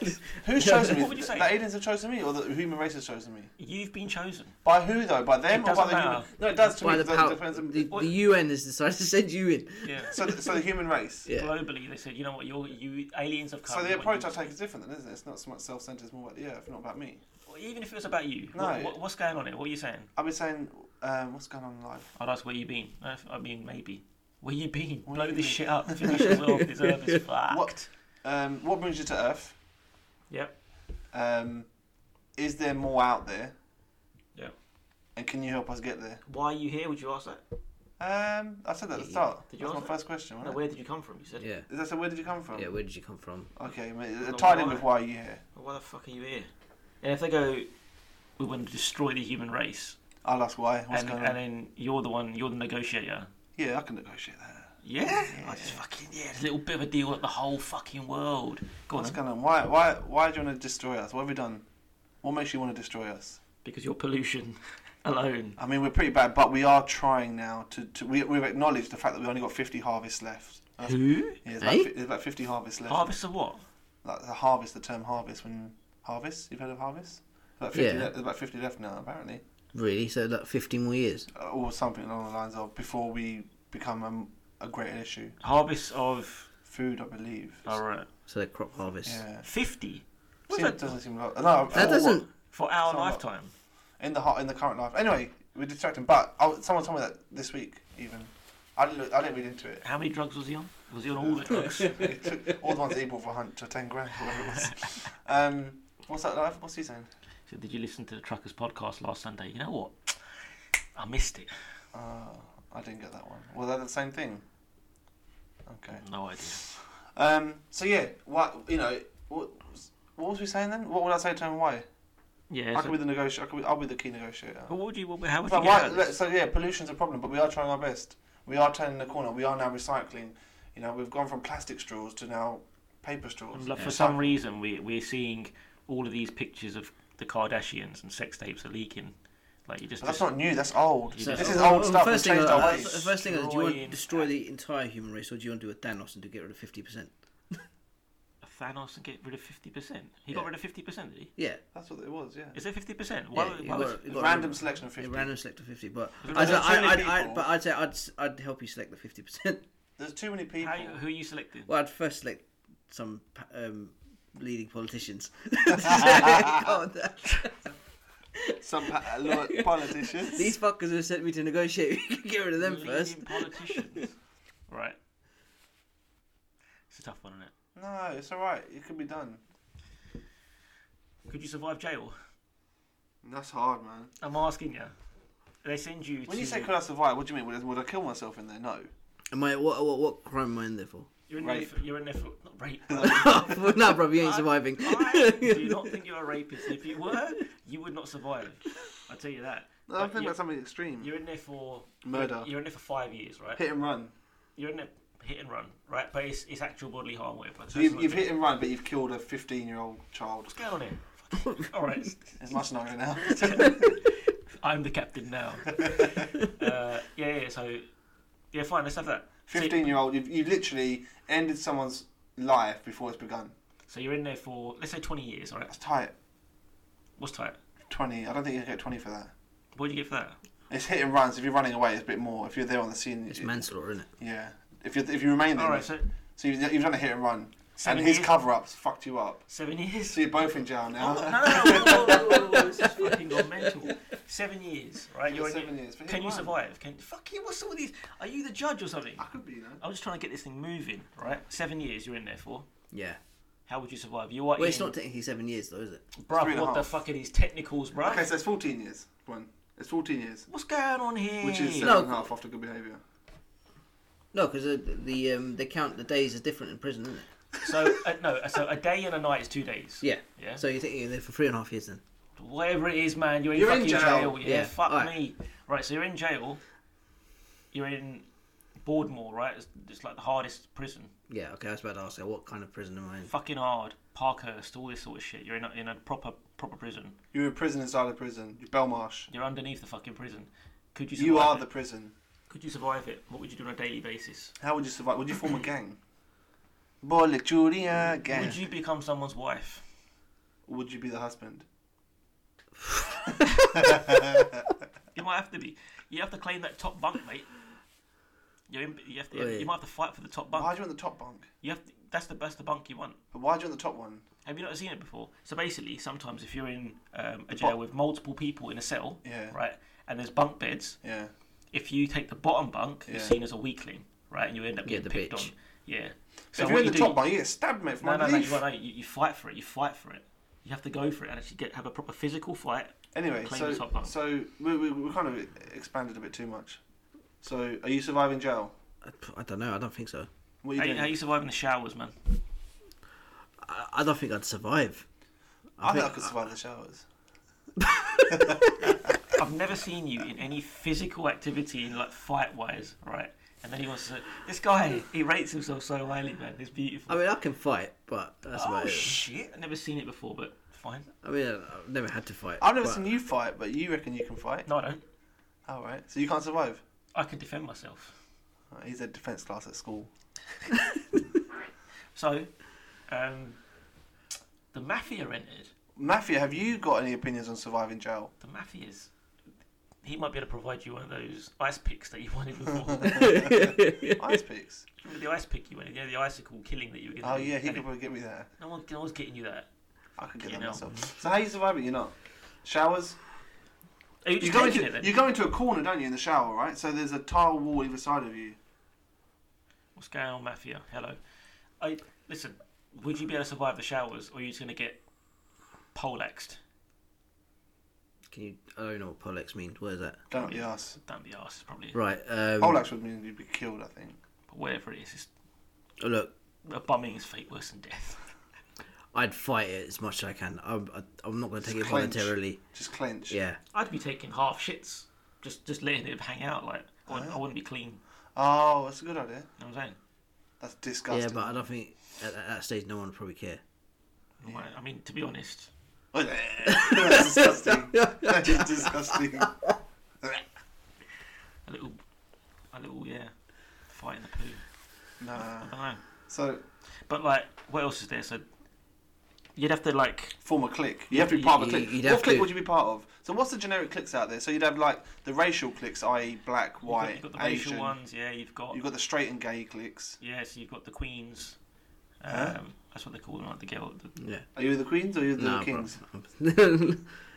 S4: <laughs>
S3: Who's chosen me?
S2: What would you say?
S3: The aliens have chosen me, or the human race has chosen me?
S2: You've been chosen.
S3: By who though? By them
S2: It
S3: or by
S2: doesn't
S3: the human?
S2: matter.
S3: No, it does to
S4: By
S3: me.
S4: the,
S3: because
S4: pow-
S3: that depends on-
S4: the, the UN has decided to send you in.
S2: Yeah.
S3: <laughs>
S2: <laughs>
S3: so, the, so the human race.
S4: Yeah.
S2: Globally, they said, you know what, you're, you aliens have come.
S3: So
S2: we
S3: the
S2: want
S3: approach
S2: you
S3: I
S2: to-"
S3: take is different, then, isn't it? It's not so much self-centered; it's more about the earth, not about me.
S2: Well, Even if it was about you,
S3: No.
S2: what, what, what's going on here? What are you saying?
S3: I've been saying, um, what's going on in life?
S2: I'd ask where you been. I I mean, maybe. Where you been?
S3: Where
S2: Blow
S3: you
S2: this
S3: been?
S2: shit up. Finish us
S3: <laughs>
S2: off. This Earth is fucked.
S3: What? Um, what brings you to Earth?
S2: Yep.
S3: Um, is there more out there?
S2: Yeah.
S3: And can you help us get there?
S2: Why are you here? Would you ask that?
S3: Um, I said that at
S4: Yeah,
S3: the start.
S2: Did you
S3: That's my
S2: answer
S3: first question.
S2: No,
S3: Wasn't
S2: where did you come from? You said.
S4: Yeah.
S3: it? Is that so? Where did you come from?
S4: Yeah. Where did you come from?
S3: Okay, mate, uh,
S2: Not
S3: tied in
S2: why.
S3: with why are you here?
S2: Well, why the fuck are you here? And if they go, we want to destroy the human race,
S3: I'll ask why. What's
S2: and,
S3: going
S2: and
S3: on?
S2: then you're the one, you're the negotiator.
S3: Yeah, I can negotiate that.
S2: Yeah. I just fucking yeah, a little bit of a deal with the whole fucking world. Go on.
S3: What's
S2: then.
S3: going on? Why? Why? Why do you want to destroy us? What have we done? What makes you want to destroy us?
S2: Because your pollution <laughs> alone.
S3: I mean, we're pretty bad, but we are trying now to. to we, we've acknowledged the fact that we've only got 50 harvests left. That's-
S2: Who?
S3: Yeah, there's,
S4: Eh?
S3: about, fi- there's about 50 harvests left.
S2: Harvest of what?
S3: Like the harvest, the term harvest. When harvest, you've heard of harvest? There's about 50,
S4: Yeah.
S3: le- there's about 50 left now, apparently,
S4: Really? So like 15 more years.
S3: Uh, or something along the lines of before we become a, a greater issue.
S2: Harvest of.
S3: Food, I believe.
S2: All Oh, right.
S4: So the crop harvest.
S3: Yeah.
S2: Fifty. What's
S3: Seem-
S2: that?
S3: doesn't seem like, no,
S4: That
S3: or-
S4: doesn't.
S2: For our
S3: Somewhat.
S2: lifetime.
S3: in the hot in the current life. Anyway, we're distracting. But I, was- someone told me that this week even. I didn't look, I didn't read into it.
S2: How many drugs was he on? Was he on all the
S4: <laughs>
S2: drugs?
S3: It took all the ones that he bought for hunt to ten grand, whatever it was. Um, what's that life? What's he saying?
S2: So did you listen to the Truckers podcast last Sunday? You know what? I missed it.
S3: Uh, I didn't get that one. Was that the same thing? Okay.
S2: No idea.
S3: Um, so yeah, what you know, what was- what was we saying then? What would I say to him? Why?
S2: Yeah.
S3: I
S2: so-
S3: could be the negotiator. I could be, I'll be the key negotiator.
S2: But what would you? What, how would
S3: But
S2: you get
S3: why-
S2: out of
S3: let-
S2: this?
S3: so yeah, pollution's a problem, but we are trying our best. We are turning the corner. We are now recycling. You know, we've gone from plastic straws to now paper straws.
S2: Look, For some reason, we, we're seeing all of these pictures of the Kardashians and sex tapes are leaking. Like you just,
S3: But that's not new. That's old.
S2: So-
S3: this is
S4: Well,
S3: old stuff.
S4: First
S3: We've
S4: thing,
S3: changed
S4: uh,
S3: our
S4: uh,
S3: ways.
S4: first thing is, do you want to
S2: Destroying-
S4: destroy the entire human race, or do you want to do a Thanos and to get rid of fifty percent?
S2: Thanos and get rid of fifty percent. He got
S4: Yeah.
S2: rid of fifty percent, did he?
S4: Yeah.
S3: That's what it was. Yeah.
S2: Is it fifty percent?
S4: yeah,
S2: Why?
S4: you
S2: why
S4: got-
S2: was-
S4: you
S3: It's
S4: got
S3: random
S4: rid of-
S3: selection of
S4: yeah,
S3: fifty.
S4: Random select of fifty, but
S2: There's
S4: I'd,
S3: so many
S4: I'd, I'd,
S3: people.
S4: but I'd say I'd s- I'd help you select the fifty percent.
S3: There's too many people.
S2: how, who are you selecting?
S4: Well, I'd first select some pa- um, leading
S3: <laughs>
S4: politicians. <laughs> God,
S3: Some pa- a
S2: <laughs>
S3: lot of politicians.
S4: <laughs> These fuckers have sent me to negotiate. <laughs> We can get rid of them
S2: Leading
S4: first. <laughs>
S2: politicians. right. It's a tough one, isn't it?
S3: No, it's all right. It can be done.
S2: Could you survive jail?
S3: That's hard, man.
S2: I'm asking you. They send you.
S3: When
S2: to,
S3: you say could I survive, what do you mean? Would, would I kill myself in there? No.
S4: Am I what what what crime am I in there <laughs> for?
S2: you're in
S3: rape.
S2: there, for, you're in there for not
S3: <laughs>
S2: rape.
S4: <laughs> no, bro, you ain't
S2: I-
S4: surviving.
S2: I do not think you're a rapist. If you were, you would not survive. I tell you that.
S3: No, I'm
S2: But
S3: thinking
S2: you're,
S3: about something extreme.
S2: you're in there for
S3: Murder.
S2: You're in there for five years, right?
S3: Hit and run.
S2: You're in there hit and run, right? But it's, it's actual bodily harm, whatever.
S3: So you've, you've hit and run, but you've killed a 15 year old child.
S2: What's going on here? Fucking- All right, <laughs>
S3: It's my scenario now. <laughs>
S2: I'm the captain now. uh, yeah, yeah. So yeah, fine. Let's have that. So-
S3: 15 year old, you've, you literally ended someone's life before it's begun.
S2: So you're in there for let's say 20 years, all right?
S3: That's tight.
S2: What's tight?
S3: 20. I don't think you get 20 for that.
S2: What do you get for that?
S3: It's hit and runs. If you're running away, it's a bit more. If you're there on the scene,
S4: It's
S3: it-
S4: manslaughter, isn't it?
S3: Yeah. If you if you remain there,
S2: All right, so
S3: so you've, you've done a hit and run,
S2: Seven
S3: and his
S2: years.
S3: cover ups fucked you up.
S2: seven years.
S3: So you're both in jail
S2: Oh,
S3: now.
S2: no, no, no, no, no, no, no, no, this is fucking gone mental. Seven years, right? You're in
S3: Seven
S2: it.
S3: years. for hit
S2: Can
S3: and
S2: you
S3: run.
S2: survive? Can fuck you? What's all these? Are you the judge or something?
S3: I could be, you know.
S2: I'm just trying to get this thing moving, right? Seven years you're in there for.
S4: Yeah.
S2: How would you survive? You are
S4: Well,
S2: in,
S4: it's not technically seven years though, is it?
S3: Three
S2: bruv.
S3: and a
S2: What the
S3: half.
S2: fuck are these technicals, bruv?
S3: Okay, so it's 14 years. One. It's 14 years,
S2: What's going on here?
S3: which is
S4: No.
S3: seven and a half after good behaviour.
S4: No, because the, the um, they count the days as different in prison, isn't it?
S2: so uh, no, so a day and a night is two days.
S4: Yeah.
S2: Yeah.
S4: So you're thinking you're there for three and a half years then?
S2: Whatever it is, man, you're in
S3: You're in
S2: fucking
S3: jail.
S2: jail. Yeah,
S4: Yeah,
S2: fuck
S4: alright.
S2: me. Right, so you're in jail. You're in Boardmore, right? It's, it's like the hardest prison.
S4: Yeah. Okay, I was about to ask you what kind of prison am I in?
S2: Fucking hard. Parkhurst, all this sort of shit. You're in a, in a proper proper prison.
S3: You're in prison inside a prison. You're Belmarsh.
S2: You're underneath the fucking prison. Could you? Survive
S3: You are
S2: it?
S3: the prison.
S2: Could you survive it? What would you do on a daily basis?
S3: How would you survive? Would you form a gang? Bolle Julia gang.
S2: Would you become someone's wife?
S3: Or would you be the husband?
S2: You might have to be. You have to claim that top bunk, mate. You're in, you have to.
S4: Wait.
S2: You might have to fight for the top
S3: Why
S2: bunk.
S3: do you want the top bunk?
S2: You have to, That's the best the bunk you want.
S3: Why do you want the top one?
S2: Have you not seen it before? So basically, sometimes if you're in um, a jail with multiple people in a cell,
S3: Yeah.
S2: right, and there's bunk beds,
S3: Yeah.
S2: if you take the bottom bunk, you're
S3: Yeah.
S2: seen as a weakling, right, and you end up
S4: Yeah,
S2: getting
S4: the
S2: picked
S4: bitch.
S2: on. Yeah.
S3: So
S2: what
S3: if you're in
S2: you
S3: the
S2: do-
S3: top bunk, you get stabbed, mate, from
S2: no, no, no,
S3: underneath.
S2: you, no, you, you fight for it. You fight for it. You have to go for it and actually get have a proper physical fight.
S3: Anyway,
S2: Claim
S3: so
S2: the top bunk.
S3: so we, we, we kind of expanded a bit too much. So are you surviving jail?
S4: I, I don't know. I don't think so.
S3: What are you
S2: How, you-
S3: doing?
S2: how you survive in the showers, man?
S4: I, I don't think I'd survive.
S3: I think I could survive the showers.
S2: I've never seen you in any physical activity in like fight wise, right? And then he wants to. This guy, he rates himself so highly, man. It's beautiful.
S4: I mean, I can fight, but that's
S2: oh
S4: about it.
S2: shit! I've never seen it before, but fine.
S4: I mean, uh, I've never had to fight.
S3: I've never
S4: but-
S3: seen you fight, but you reckon you can fight?
S2: No, I don't.
S3: All right. So you can't survive.
S2: I can defend myself.
S3: Uh, He's a defence class at school.
S2: So, um, the mafia entered.
S3: Mafia, have you got any opinions on surviving jail?
S2: The mafia's. He might be able to provide you one of those ice picks that you wanted
S3: <laughs>
S2: before. <laughs>
S3: Ice picks.
S2: Remember the ice pick you wanted, yeah, the icicle killing that you were
S3: Oh
S2: going to
S3: yeah, he could probably get me there.
S2: No one, no one's getting you that.
S3: I could get
S2: You
S3: that
S2: know.
S3: myself. So how you surviving? You're not showers.
S2: Are you
S3: You
S2: just
S3: go
S2: taking
S3: into
S2: it then?
S3: you go into a corner, don't you, in the shower, right? So there's a tile wall either side of you.
S2: What's going on, mafia? Hello. I listen. Would you be able to survive the showers, or are you just going to get poleaxed
S4: <laughs> Can you? I don't know what Polex means. What is that?
S3: Don't be us.
S2: down the arse? Probably.
S4: Right. Um,
S3: Poleaxe would mean you'd be killed, I think.
S2: But whatever it is, it's,
S4: Look,
S2: a bumming is fate worse than death.
S4: I'd fight it as much as I can. I'm, I, I'm not going to take it
S3: clench.
S4: voluntarily.
S3: Just clench.
S4: Yeah.
S2: I'd be taking half shits, just just letting it hang out. Like I wouldn't, I wouldn't be clean.
S3: Oh, that's a good idea.
S2: You know what I'm saying?
S3: That's disgusting.
S4: Yeah, but I don't think at, at that stage no one would probably care.
S2: Right, I mean, to be honest,
S3: <laughs> That's
S4: <laughs>
S3: disgusting. that is disgusting. <laughs>
S2: a little, a little, yeah, fight in the poo.
S3: Nah.
S2: I don't know.
S3: So
S2: But like, what else is there? So you'd have to like,
S3: form a clique. You have to be part of a
S4: you-
S3: clique.
S4: you'd
S3: What
S4: have
S3: clique
S4: to.
S3: would you be part of? So what's the generic cliques out there? So you'd have like the racial cliques, i.e., black,
S2: you've got,
S3: white,
S2: you've got the
S3: Asian.
S2: racial ones. Yeah, you've got,
S3: You've got the straight and gay cliques.
S2: yeah. So you've got the queens. Um,
S3: Huh?
S2: That's what they call them, like the girl. The,
S4: Yeah.
S3: Are you the queens or are you the
S4: Nah,
S3: kings?
S4: bro.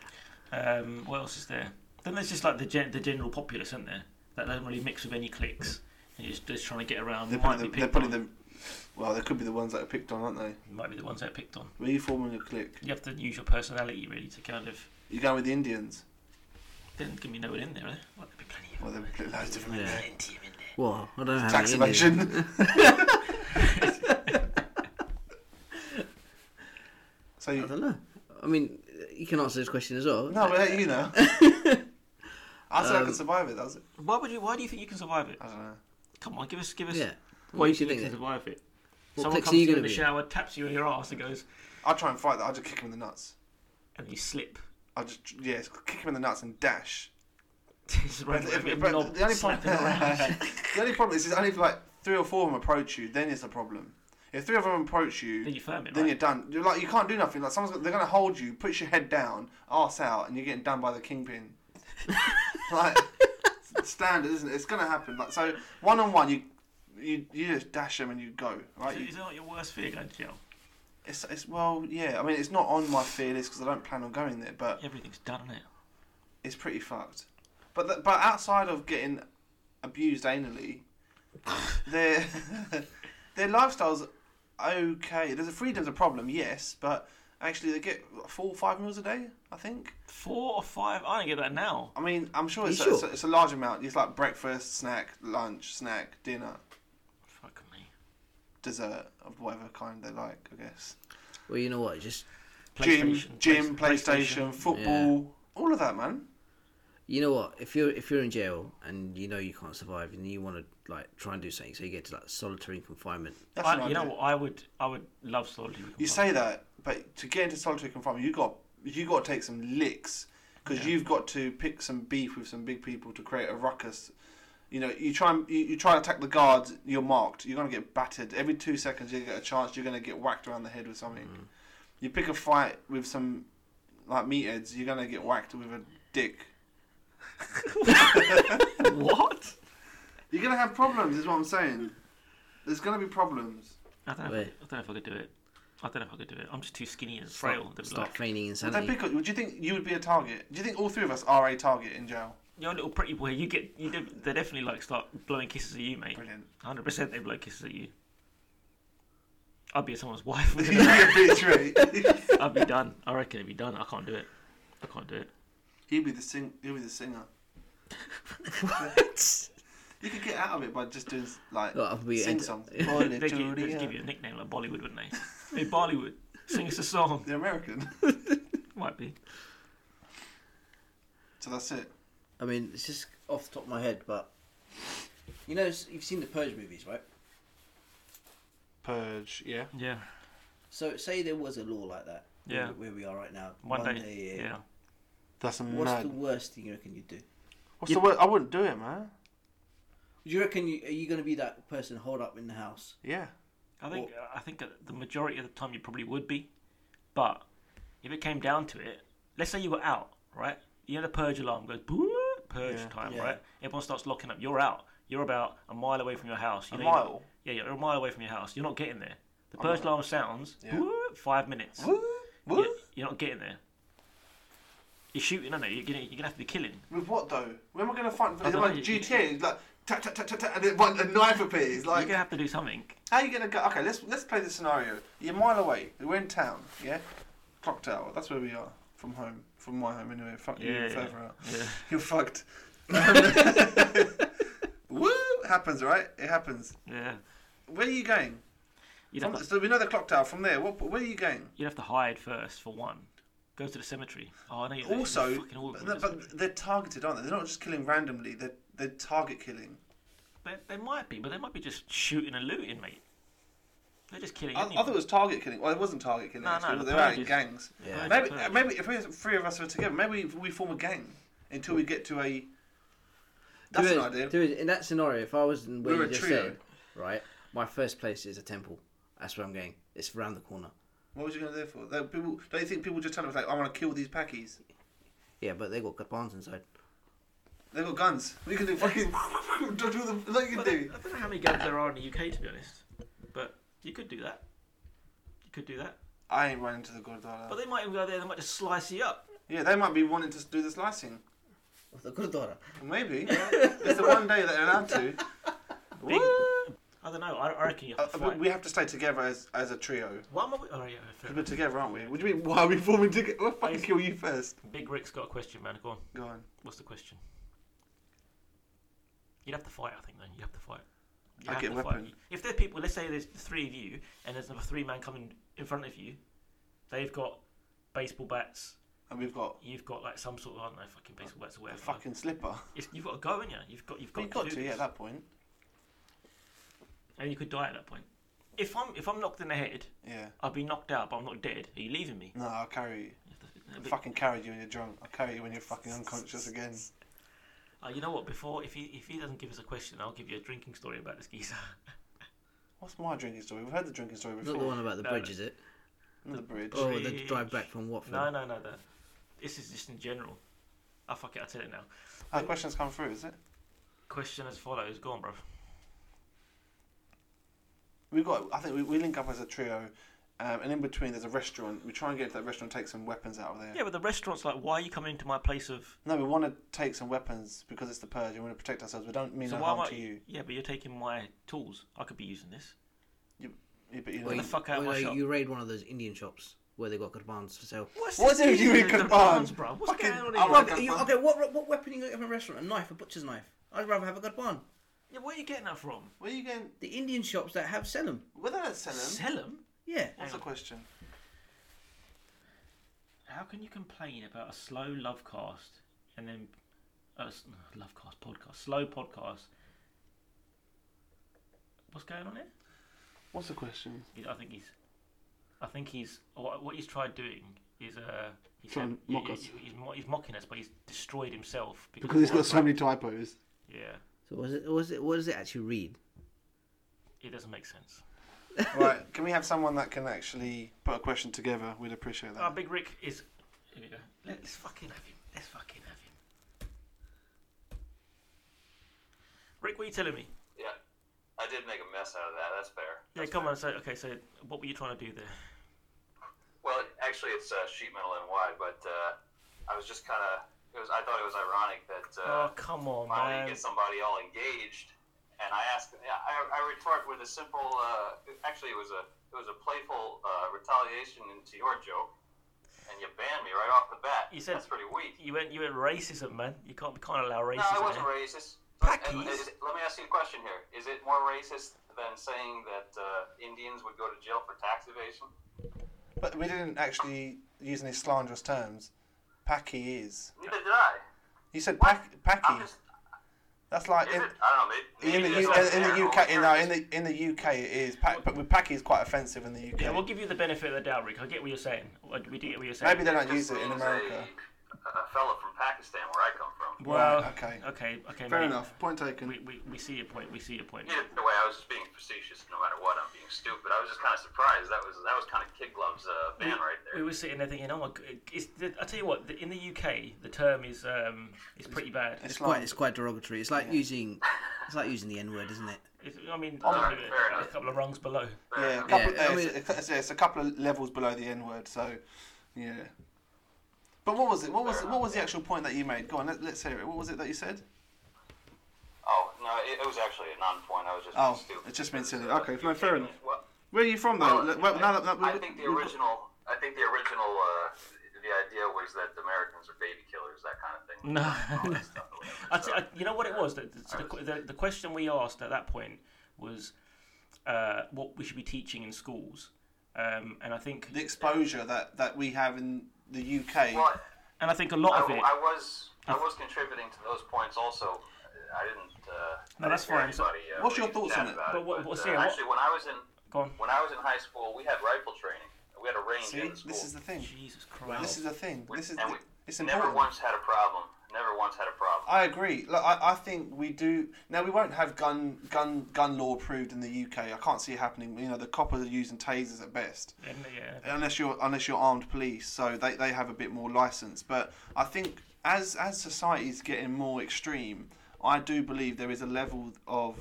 S4: <laughs>
S2: um, what else is there? Then there's just like the gen- the general populace, isn't there? That doesn't really mix with any cliques. And you're just, just trying to get around.
S3: They're
S2: might
S3: probably,
S2: be
S3: the, they're
S2: picked on,
S3: probably the. Well, they could be the ones that are picked on, aren't they?
S2: might be the ones that are picked on.
S3: Were you forming a clique?
S2: You have to use your personality really to kind of.
S3: You going with the Indians?
S2: There can be no one in there. eh? Well, there'd be plenty of
S3: Well, there were loads of them.
S4: Yeah.
S2: plenty of in there.
S4: Well, I don't know how
S3: Tax
S4: many Indians-
S3: evasion. <laughs> so
S4: I
S3: you,
S4: don't know. I mean, you can answer this question as well.
S3: no, but you know. I said I
S2: Um,
S3: could survive it. That was it.
S2: Why would you? Why do you think you can survive it?
S3: I don't know.
S2: Come on, give us, give us.
S4: Yeah.
S2: Why
S4: do
S2: do you think you
S4: then?
S2: can survive it?
S4: What
S2: Someone
S4: clicks
S2: comes
S4: are
S2: to
S4: you
S2: you in
S4: gonna
S2: the
S4: be?
S2: shower, taps you on your ass, and goes,
S3: I'd try and fight that. I'd just kick him in the nuts.
S2: and you slip. <laughs>
S3: I'd just yeah, kick him in the nuts and dash.
S2: Just run
S3: But
S2: over
S3: if-
S2: it,
S3: but
S2: knob
S3: the only
S2: slapping
S3: problem,
S2: around.
S3: <laughs> the only problem is, is only if like three or four of them approach you, then it's a problem. If three of them approach you,
S2: Then you firm it,
S3: then
S2: right?
S3: you're done. You're like you can't do nothing. Like someone's got- they're gonna hold you, push your head down, arse out, and you're getting done by the kingpin. like it's standard, isn't it? It's gonna happen. Like so, one on one, you you you just dash them and you go right. You,
S2: Is that not your worst fear going to jail?
S3: it's, it's well, yeah. I mean, it's not on my fear list because I don't plan on going there, but
S2: Everything's done, is it?
S3: it's pretty fucked. But th- but outside of getting abused
S4: <laughs>
S3: anally, their <laughs> their lifestyle's okay. There's a freedom's a problem, yes, but actually they get what, four or five meals a day, I think.
S2: Four or five? I don't get that now.
S3: I mean, I'm sure it's,
S4: You
S3: a,
S4: sure?
S3: it's, a, it's a large amount. It's like breakfast, snack, lunch, snack, dinner,
S2: Fuck me.
S3: dessert of whatever kind they like, I guess.
S4: Well, you know what? Just
S3: Gym,
S2: PlayStation,
S3: gym,
S2: Play-
S3: PlayStation, football, all of that, man.
S4: you know what? If you're if you're in jail and you know you can't survive and you want to like try and do something, so you get to like solitary confinement.
S3: That's
S2: I-
S3: an
S2: you know
S3: idea.
S2: what? I would, I would love solitary.
S3: You
S2: confinement.
S3: say that, but to get into solitary confinement, you got you got to take some licks because you've got to pick some beef with some big people to create a ruckus. You know, you try and you, you try to attack the guards. You're marked. You're gonna get battered every two seconds. You get a chance. You're gonna get whacked around the head with something. You pick a fight with some like meatheads. You're gonna get whacked with a dick.
S2: <laughs> what?
S3: You're gonna have problems. Is what I'm saying. There's gonna be problems.
S2: I don't, know if I,
S4: Wait.
S2: I don't know if I could do it. I don't know if I could do it. I'm just too skinny and frail.
S4: Stop,
S2: They'd be
S4: stop
S2: like,
S4: feigning
S3: Would they
S4: insanity.
S3: pick? Would you think you would be a target? Do you think all three of us are a target in jail?
S2: You're a little pretty boy. You get, you de- they definitely like start blowing kisses at you, mate.
S3: Brilliant.
S2: Hundred percent, they blow kisses at you. I'd be someone's wife. <laughs>
S3: <laughs> You'd be a bitch, mate.
S2: I'd be done. I reckon it'd be done. I can't do it. I can't do it.
S3: <laughs> He'd be the sing. He'd be the singer.
S4: <laughs> What?
S3: You could get out of it by just doing s- like
S4: Look, I'll be
S3: sing
S4: enter-
S3: songs.
S2: <laughs>
S4: Yeah.
S3: Boy,
S2: They'd,
S3: the
S2: give, they'd
S3: Julia.
S2: give you a nickname like Bollywood, wouldn't they? hey, Bollywood, sing us a song.
S3: They're American. <laughs>
S2: Might be.
S3: So that's it.
S4: I mean, it's just off the top of my head, but you know, s- you've seen the Purge movies, right?
S3: Purge. Yeah.
S2: Yeah.
S4: So, say there was a law like that. where-
S2: Yeah.
S4: Where we are right now.
S2: One, day.
S4: a year.
S2: yeah.
S3: That's a
S4: What's the worst thing you reckon you'd do?
S3: What's the word? I wouldn't do it, man.
S4: Do you reckon you, are you going to be that person holed up in the house?
S3: Yeah.
S2: I think I think at the majority of the time you probably would be, but if it came down to it, let's say you were out, right? You know the purge alarm goes "Boo, purge
S3: Yeah.
S2: time,
S4: Yeah.
S2: right? Everyone starts locking up. You're out. You're about a mile away from your house. You
S3: A
S2: know you're not-
S3: mile?
S2: yeah, you're a mile away from your house. You're not getting there. The purge alarm sounds "Boo," five minutes.
S3: Woo, woo.
S2: You're, you're not getting there. You're shooting, aren't you? You're gonna, you're gonna have to be killing.
S3: With what though? Where am I going to find? Is it
S2: don't
S3: like
S2: know, you-
S3: GTA? It's Like tap tap tap tap tap, and then one, a knife appears.
S2: You're
S3: Like
S2: gonna have to do something.
S3: how you going to go? Okay, let's let's play this scenario. You're a mile away. We're in town. Yeah. Clock tower. That's where we are from home. From my home anyway. Fuck you.
S2: Yeah, yeah.
S3: Further out.
S2: Yeah. <laughs>
S3: You're fucked. Woo! Happens, right? It happens.
S2: Yeah.
S3: Where are you going?
S2: You'd
S3: From,
S2: have, to,
S3: so we know the clock tower. From there, what, where are you going?
S2: you'd have to hide first for one. Go to the cemetery. Oh, I know you're there. You're
S3: Also,
S2: fucking all of them in the
S3: but, but they're targeted, aren't they? They're not just killing randomly. They're they're target killing.
S2: They, they might be, but they might be just shooting and looting, mate. They're just killing.
S3: I, I
S2: anyone.
S3: thought it was target killing. Well, it wasn't target killing.
S2: No, no,
S3: actually,
S2: the
S3: they were out in
S2: purges.
S3: gangs.
S4: Yeah.
S3: Maybe, uh, maybe if we three of us are together, maybe we form a gang until we get to a. That's
S4: there
S3: an
S4: is-
S3: idea.
S4: there is- in that scenario, if I was in where
S3: We're
S4: you
S3: a
S4: just
S3: trio.
S4: said, right, my first place is a temple. That's where I'm going. It's round the corner.
S3: What was you going to do for? They- people, don't you think people just turn up like, I want to kill these packies?
S4: Yeah, but they got Capons inside.
S3: They got guns. We can do fucking. <laughs> don't do the. Like you
S2: Well, I
S3: do.
S2: don't I don't know how many gangs there are in the UK, to be honest. But you could do that. You could do that.
S3: I ain't running to the
S2: But
S3: Gordana.
S2: they might even go there. They might just slice you up.
S3: Yeah, they might be wanting to do the slicing.
S4: The Gurdwara.
S3: Maybe. it's the one day that they're allowed to.
S2: Big, I don't know. I, I reckon you
S3: Uh,
S2: have to
S3: but
S2: fight.
S3: we have to stay together as, as a trio.
S2: Why am I? Oh yeah, fair
S3: Because
S2: enough.
S3: we're together, aren't we? What do you mean, why are we forming together? We'll fucking kill you first.
S2: Big Rick's got a question, man. Go on.
S3: Go on.
S2: What's the question? You'd have to fight, I think. Then you have to fight. You
S3: I'll
S2: have
S3: get a
S2: to
S3: weapon.
S2: Fight. If there's people, let's say there's three of you, and there's another three man coming in front of you, they've got baseball bats.
S3: And we've got
S2: You've got like some sort of I don't know, fucking baseball bats or
S3: a
S2: whatever.
S3: fucking slipper.
S2: It's, you've got to go in you. You've got you've got,
S3: We've got
S2: do
S3: to, yeah,
S2: this.
S3: at that point.
S2: and you could die at that point. If I'm if I'm knocked in the head,
S3: Yeah.
S2: I'll be knocked out, but I'm not dead. Are you leaving me?
S3: No, I'll carry you.
S2: A
S3: I
S2: bit-
S3: fucking carried you when you're drunk. I'll carry you when you're fucking unconscious again.
S2: Uh, you know what? Before if he if he doesn't give us a question, I'll give you a drinking story about this <laughs> geezer.
S3: What's my drinking story? We've heard the drinking story
S4: Not
S3: before.
S4: the one about the
S2: No,
S4: bridge,
S2: no.
S4: is it?
S3: On the bridge.
S4: Oh, the
S2: Bridge.
S4: drive back from Watford.
S2: no, no, no. That this is just in general. Oh fuck it, I'll tell it now.
S3: Our question's come through, is it?
S2: Question as follows. Go on, bro.
S3: We've got. I think we, we link up as a trio, um, and in between there's a restaurant. We try and get to that restaurant, take some weapons out of there.
S2: Yeah, but the restaurant's like, why are you coming to my place of?
S3: No, we want to take some weapons because it's the purge. We want to protect ourselves. We don't mean
S2: So
S3: no
S2: why am
S3: harm
S2: I?
S3: to you.
S2: Yeah, but you're taking my tools. I could be using this.
S3: Yeah, but you know,
S4: Or
S2: Get
S4: you,
S2: the fuck out of
S4: or
S2: my
S4: you-
S2: shop.
S4: you raid one of those Indian shops where they got Capons for sale.
S2: What's
S3: What
S2: this
S3: are you
S2: geezer
S3: in
S2: with the
S3: Kaban?
S2: guns, bro? What's
S3: Fucking-
S2: going on
S3: I
S2: here?
S3: want-
S4: Right, but you-
S3: Gurban.
S4: okay, what, what weapon are you going to have in a restaurant? A knife, a butcher's knife. I'd rather have a Gurban.
S2: Yeah, where are you getting that from?
S3: where are you going?
S4: The Indian shops that have sell 'em.
S3: Whether that's selling.
S2: Sell them?
S4: Yeah.
S3: What's the question?
S2: How can you complain about a slow love cast and then a s- love cast podcast, slow podcast? What's going on here?
S3: What's the question?
S2: I think he's, I think he's what, what he's tried doing is uh he's,
S3: Try and mock
S2: he-
S3: us.
S2: he- he's, mo- he's mocking us, but he's destroyed himself
S3: Because he's got
S2: of
S3: so many typos.
S2: what- yeah.
S4: So was it? Was it? What does it actually read?
S2: It doesn't make sense.
S3: right, can we have someone that can actually put a question together? We'd appreciate
S2: Our
S3: that.
S2: big Rick is. Here we go. Let's fucking have him. Let's fucking have him. Rick, what are you telling me?
S5: Yeah, I did make a mess out of that. That's fair.
S2: Yeah, come on. So, okay, so what were you trying to do there?
S5: Well, it- actually, it's uh, sheet metal and wide, but uh, I was just kind of. It was. I thought it was ironic that uh,
S2: Oh, come on,
S5: finally you
S2: man.
S5: get somebody all engaged, and I asked. Yeah, I, I retort with a simple. Uh, actually, it was a it was a playful uh, retaliation into your joke, and you banned me right off the bat.
S2: You said-
S5: that's pretty weak.
S2: You went, you went racism, man. You can't, we can't allow racism.
S5: No, I wasn't
S2: here.
S5: racist.
S2: Packies?
S5: Is it- let me ask you a question here. Is it more racist than saying that uh, Indians would go to jail for tax evasion?
S3: But we didn't actually use any slanderous terms. Packy is.
S5: Neither did I.
S3: You said pack,
S5: I'm
S3: packy.
S5: just.
S3: That's like
S5: Is
S3: in,
S5: it? I don't know. Maybe,
S3: in the
S5: maybe
S3: U,
S5: it's not
S3: in, in the
S5: fair.
S3: UK.
S5: I'm
S3: In, no,
S5: sure
S3: in the in the UK it is. Pack, but with packy is quite offensive in the UK.
S2: Yeah, we'll give you the benefit of the doubt, Rick. I get what you're saying. I- We do get what you're saying.
S3: Maybe they don't use
S5: this
S3: it in
S5: means
S3: America.
S5: A, a fellow from Pakistan, where I come from.
S2: Well,
S3: Right, okay.
S2: okay, okay.
S3: Fair
S2: mate.
S3: enough. Point taken.
S2: We, we, we see your point. We see your point.
S5: Either way, I was just being facetious. No matter what, I'm being stupid. I was just kind of surprised. That was that was kind of Kid Glove's uh,
S2: we,
S5: ban right
S2: we
S5: there.
S2: were sitting there thinking, oh my god, it's the, I tell you what, the, in the UK, the term is um, is pretty bad.
S4: It's
S3: Slang.
S4: quite. It's quite derogatory. It's like using. It's like using the N word, isn't it?
S2: It's, I mean,
S5: Alright,
S2: a-
S5: Oh, fair
S2: a
S5: enough.
S2: couple of rungs below.
S3: Yeah, a
S4: Yeah,
S3: couple,
S4: I
S3: uh,
S4: mean-
S3: it's, it's, it's a couple of levels below the N word. So, yeah. But what was it? What was what was the actual point that you made? Go on, let, let's hear it. What was it that you said?
S5: Oh no, it, it was actually a non-point. I was just
S3: Oh,
S5: being stupid.
S3: it's just been silly.
S5: Uh,
S3: Okay, no, fair enough.
S5: Well,
S3: Where are you from though?
S5: Well,
S3: Let- well, now that- that-
S5: I think the original. I think the original. Uh, the idea was that Americans are baby killers, that kind of thing.
S2: No.
S5: All
S2: <laughs>
S5: that stuff or whatever.
S2: I t- I, you know what it was? The, the, the, the question we asked at that point was uh, what we should be teaching in schools. Um, and I think
S3: the exposure that that we have in the UK.
S5: Well,
S2: and I think a lot of
S5: I,
S2: it.
S5: I was I was contributing to those points also. I didn't. Uh,
S2: No, that's
S5: I didn't hear
S2: fine. So-
S5: anybody, uh,
S3: What's your
S5: really
S3: thoughts on it?
S5: chat about
S2: But what- what's
S5: uh,
S2: here? What-
S5: actually, when I was in
S2: Go on.
S5: When I was in high school, we had rifle training. We had a range
S3: See,
S5: in the school.
S3: this is the thing.
S2: Jesus Christ.
S3: This is the thing.
S5: We-
S3: This is
S5: and
S3: the,
S5: we
S3: it's
S5: never
S3: important.
S5: once had a problem. Never once had a problem.
S3: I agree. Look, I, I think we do now. We won't have gun gun gun law approved in the UK. I can't see it happening. You know, the coppers are using tasers at best,
S2: And, yeah.
S3: unless you're unless you're armed police. So they, they have a bit more license. But I think as as society is getting more extreme, I do believe there is a level of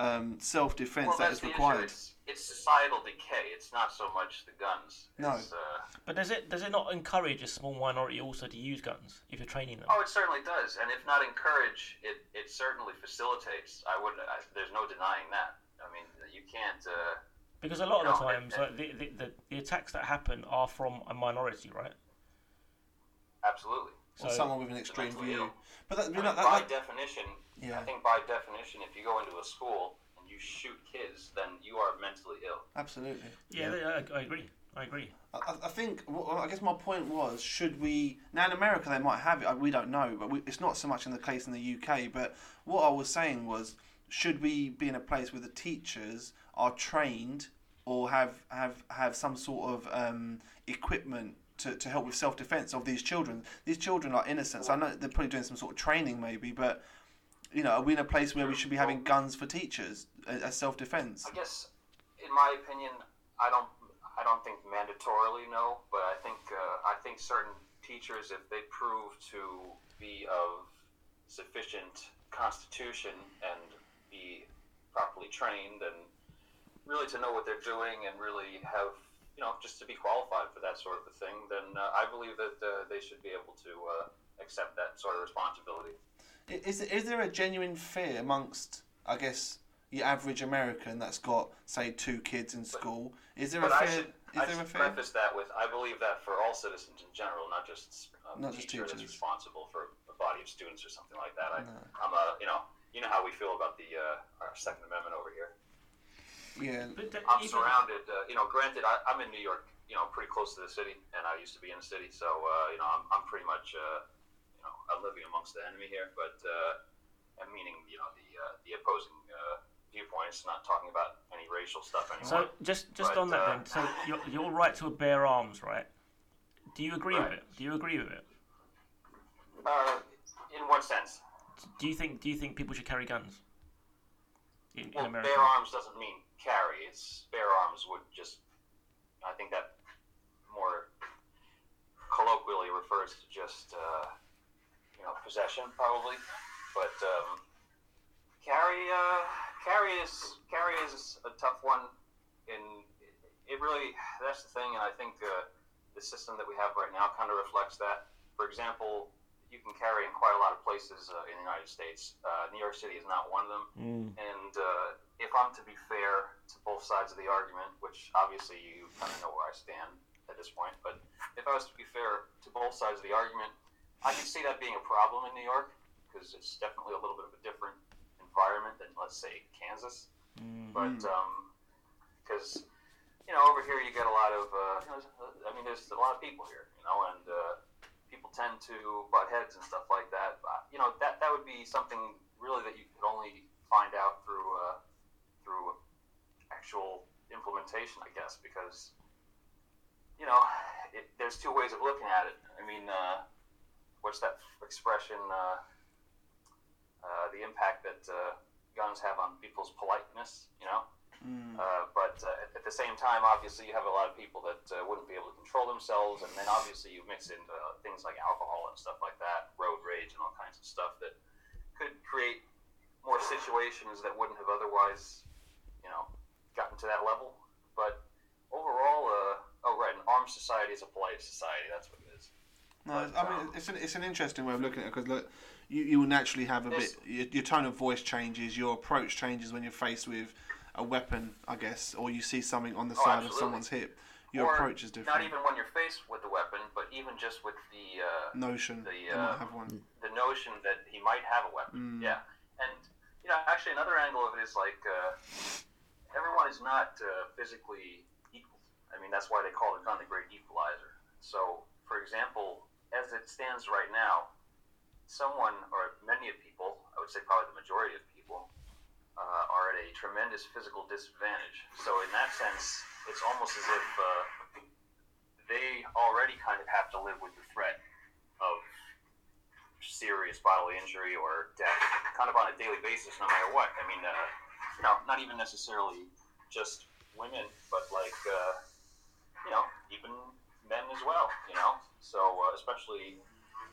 S3: um, self defence that is
S5: the issue.
S3: required.
S5: It's, it's societal decay. It's not so much the guns.
S3: No.
S5: It's, uh,
S2: But does it does it not encourage a small minority also to use guns if you're training them?
S5: oh, it certainly does. And if not encourage, it, it certainly facilitates. I would. I, there's no denying that. I mean, you can't. Uh,
S2: Because a lot of the
S5: No, it-
S2: times, like, the, the, the, the attacks that happen are from a minority, right?
S5: absolutely.
S3: or
S2: So-
S3: someone with an extreme
S5: mentally
S3: view.
S5: ill.
S3: But that, you know,
S5: I mean,
S3: that,
S5: by
S3: that,
S5: definition,
S3: Yeah.
S5: I think by definition, if you go into a school and you shoot kids, then you are mentally ill.
S3: absolutely.
S2: Yeah, I, I agree. I agree.
S3: I, I- I think well, I guess my point was should we now in America they might have it I- we don't know but we, it's not so much in the case in the UK but what I was saying was should we be in a place where the teachers are trained or have have have some sort of um, equipment to, to help with self defense of these children these children are innocent so I know they're probably doing some sort of training maybe but you know are we in a place where we should be having guns for teachers as as self defense
S5: I guess, in my opinion, I don't, I don't think mandatorily no, but I think, uh, I think certain teachers, if they prove to be of sufficient constitution and be properly trained and really to know what they're doing and really have, you know, just to be qualified for that sort of a thing, then uh, I believe that uh, they should be able to uh, accept that sort of responsibility.
S3: I- Is is there a genuine fear amongst, I guess, your average American that's got say two kids in school? Is there a
S5: But I
S3: fear?
S5: should,
S3: is
S5: I
S3: there a
S5: should
S3: fear?
S5: preface that with I believe that for all citizens in general, not just um,
S3: Not just
S5: teacher that's
S3: teachers.
S5: responsible for a body of students or something like that. I, I'm a, you know, you know how we feel about the uh, our Second Amendment over here.
S3: yeah,
S2: But th-
S5: I'm
S2: even-
S5: surrounded. Uh, you know, granted, I, I'm in New York. You know, pretty close to the city, and I used to be in the city, so uh, you know, I'm, I'm pretty much, uh, you know, I'm living amongst the enemy here. But uh, I'm meaning, you know, the uh, the opposing uh, viewpoints. Not talking about any racial stuff anymore.
S2: So just just
S5: But,
S2: on that
S5: uh,
S2: then. So your your right to bear arms, right? Do you agree with
S5: Right.
S2: it? Do you agree with it?
S5: Uh, in what sense?
S2: Do you think do you think people should carry guns in, in
S5: Well,
S2: America?
S5: bare arms doesn't mean carry. It's bare arms would just. I think that more colloquially refers to just uh, you know possession, probably. But um, carry, uh, carry is carry is a tough one. In it really that's the thing, and I think uh, the system that we have right now kind of reflects that. For example, you can carry in quite a lot of places uh, in the United States. Uh, New York City is not one of them. And uh, if I'm to be fair to both sides of the argument, which obviously you kind of know where I stand at this point, but if I was to be fair to both sides of the argument, I can see that being a problem in New York because it's definitely a little bit of a different environment than, let's say, Kansas. But because you know, over here you get a lot of, uh, you know, I mean, there's a lot of people here, you know, and uh, people tend to butt heads and stuff like that. But, you know, that that would be something really that you could only find out through uh, through actual implementation, I guess, because you know, it, there's two ways of looking at it. I mean, uh, what's that expression? Uh, uh, the impact that uh, guns have on people's politeness, you know. Uh, but uh, at- at the same time, obviously, you have a lot of people that uh, wouldn't be able to control themselves, and then obviously you mix in uh, things like alcohol and stuff like that, road rage, and all kinds of stuff that could create more situations that wouldn't have otherwise, you know, gotten to that level. But overall, uh, oh right, an armed society is a polite society. That's what it is.
S3: no. I mean, it's an it's an interesting way of looking at it because look, you you will naturally have a bit
S5: There's-
S3: your, your tone of voice changes, your approach changes when you're faced with a weapon, I guess, or you see something on the
S5: Oh,
S3: side of someone's
S5: absolutely.
S3: hip. Your
S5: Or
S3: approach is different.
S5: Not even when you're faced with the weapon, but even just with the uh,
S3: Notion.
S5: the,
S3: they might
S5: uh,
S3: have one.
S5: the notion that he might have a weapon. Yeah, and you know, actually, another angle of it is like uh, everyone is not uh, physically equal. I mean, that's why they call the gun the great equalizer. So, for example, as it stands right now, someone or many of people, I would say probably the majority of people, uh, are at a tremendous physical disadvantage. So in that sense, it's almost as if uh, they already kind of have to live with the threat of serious bodily injury or death, kind of on a daily basis, no matter what. I mean, uh, you know, not even necessarily just women, but like uh, you know, even men as well. You know, so uh, especially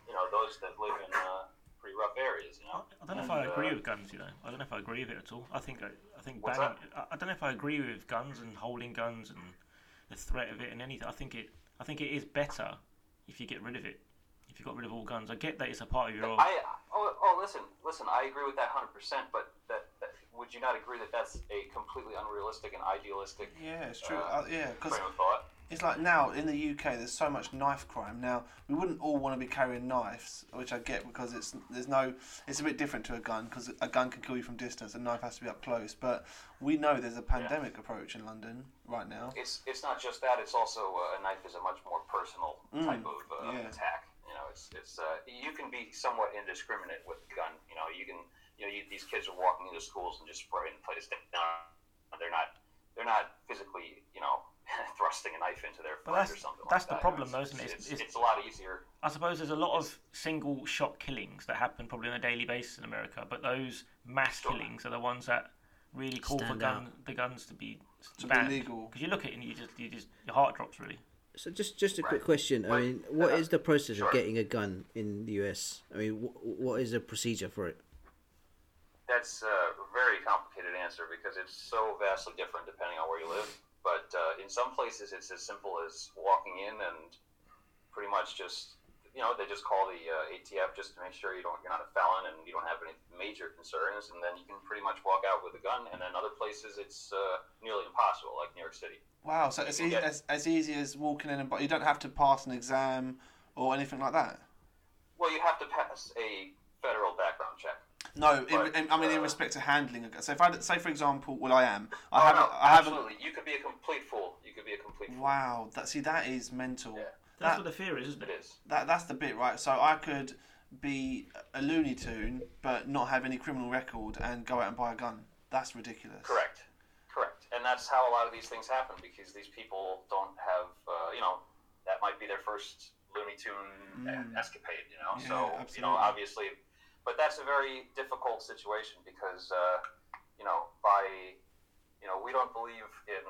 S5: you know those that live in uh, pretty rough areas. You know,
S2: I don't know if
S5: And,
S2: I agree
S5: uh,
S2: with guns, you know. I don't know if I agree with it at all. I think I, I think
S5: What's
S2: banning. I, I don't know if I agree with guns and holding guns and the threat of it and anything. I think it. I think it is better if you get rid of it. If you got rid of all guns, I get that it's a part of your.
S5: I oh, oh listen listen I agree with that hundred percent but that, that would you not agree that that's a completely unrealistic and idealistic
S3: Yeah, it's true.
S5: Uh,
S3: Uh, yeah, because
S5: frame of thought
S3: it's like now in the UK, there's so much knife crime. Now we wouldn't all want to be carrying knives, which I get because it's there's no, it's a bit different to a gun because a gun can kill you from distance, a knife has to be up close. But we know there's a pandemic approach in London right now.
S5: it's it's not just that it's also uh, a knife is a much more personal
S2: Mm,
S5: type of uh,
S3: yeah.
S5: attack you know it's it's uh, you can be somewhat indiscriminate with a gun you know you can you know you, these kids are walking into schools and just spraying the place down they're not they're not physically you know <laughs> thrusting a knife into their
S2: But
S5: friend
S2: that's-
S5: or something
S2: that's the
S5: like that, you know,
S2: problem, though,
S5: it's-
S2: isn't it? It's-
S5: it's,
S2: it's-
S5: it's a lot easier
S2: I suppose there's a lot of single shot killings that happen probably on a daily basis in America, but those mass
S5: Sure.
S2: killings are the ones that really call for
S4: Stand
S2: gun, the guns to be
S3: be
S2: banned.
S3: legal.
S2: Because you look at it and you just, you just your heart drops really.
S4: So just just a quick
S5: Right.
S4: question. I
S5: Right.
S4: mean, what
S5: Uh,
S4: is the process
S5: sure.
S4: of getting a gun in the US? I mean, wh- what is the procedure for it?
S5: That's a very complicated answer because it's so vastly different depending on where you live. But uh, in some places, it's as simple as walking in and pretty much just, you know, they just call the uh, ATF just to make sure you don't you're not a felon and you don't have any major concerns, and then you can pretty much walk out with a gun. And then other places, it's uh, nearly impossible, like New York City.
S3: Wow, so it's e-
S5: You get-
S3: as, as easy as walking in and but you don't have to pass an exam or anything like that.
S5: Well, you have to pass a federal background check.
S3: No, in,
S5: Right,
S3: in, I mean in
S5: uh,
S3: respect to handling a gun. So if I say for example, well I am, I
S5: Oh,
S3: haven't,
S5: no,
S3: I haven't.
S5: absolutely. You could be a complete fool. You could be a complete fool.
S3: Wow, that see that is mental.
S5: Yeah.
S2: That's
S3: That-
S2: what the fear is, isn't
S5: It
S2: it?
S5: is.
S3: That that's the bit, right? So I could be a Looney Tune, but not have any criminal record and go out and buy a gun. That's ridiculous.
S5: Correct. Correct. And that's how a lot of these things happen because these people don't have, uh, you know, that might be their first Looney Tune
S3: Mm.
S5: escapade, you know?
S3: Yeah,
S5: so, you
S3: absolutely.
S5: know, obviously, but that's a very difficult situation because, uh, you know, by, you know, we don't believe in,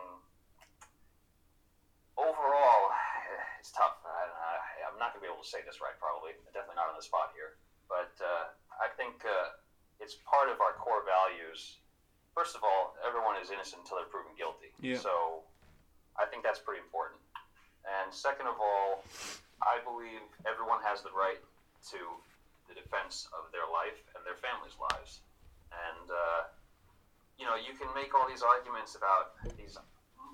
S5: overall, <sighs> it's tough. I, I, I'm not going to be able to say this right, probably. Definitely not on the spot here. But uh, I think uh, it's part of our core values first of all, everyone is innocent until they're proven guilty.
S3: Yeah.
S5: So I think that's pretty important. And second of all, I believe everyone has the right to the defense of their life and their family's lives. And, uh, you know, you can make all these arguments about these,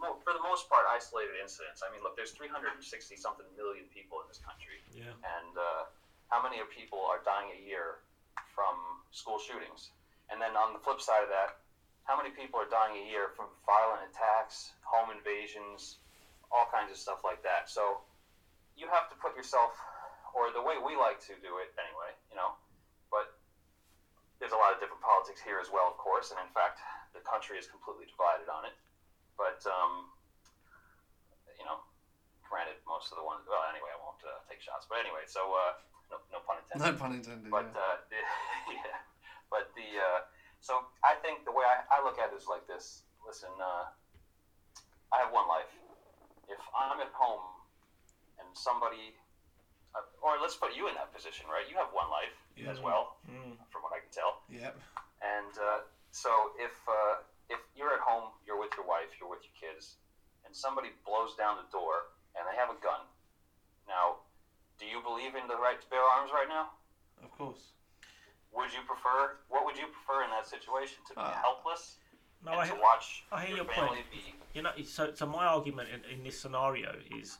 S5: mo- for the most part, isolated incidents. I mean, look, there's 360 something million people in this country
S2: Yeah.
S5: and uh, how many of people are dying a year from school shootings? And then on the flip side of that, how many people are dying a year from violent attacks, home invasions, all kinds of stuff like that? So you have to put yourself, or the way we like to do it anyway, you know, but there's a lot of different politics here as well, of course, and in fact, the country is completely divided on it. But, um, you know, granted, most of the ones. Well, anyway, I won't uh, take shots. But anyway, so uh, no, no pun
S3: <laughs>
S5: intended.
S3: No pun intended.
S5: But
S3: yeah.
S5: uh, <laughs> the- yeah, but the uh, so I think the way I, I look at it is like this. Listen, uh, I have one life. If I'm at home and somebody, uh, or let's put you in that position, right? You have one life as well, from what I can tell.
S3: Yep.
S5: And uh, so if uh, if you're at home, you're with your wife, you're with your kids, and somebody blows down the door and they have a gun. Now, do you believe in the right to bear arms right now?
S3: Of course.
S5: Would you prefer? What would you prefer in that situation? To be
S3: Uh,
S5: helpless
S2: Ah. No,
S5: and
S2: I,
S5: to watch
S2: I hear
S5: your
S2: your
S5: family be?
S2: You know, so, so my argument in, in this scenario is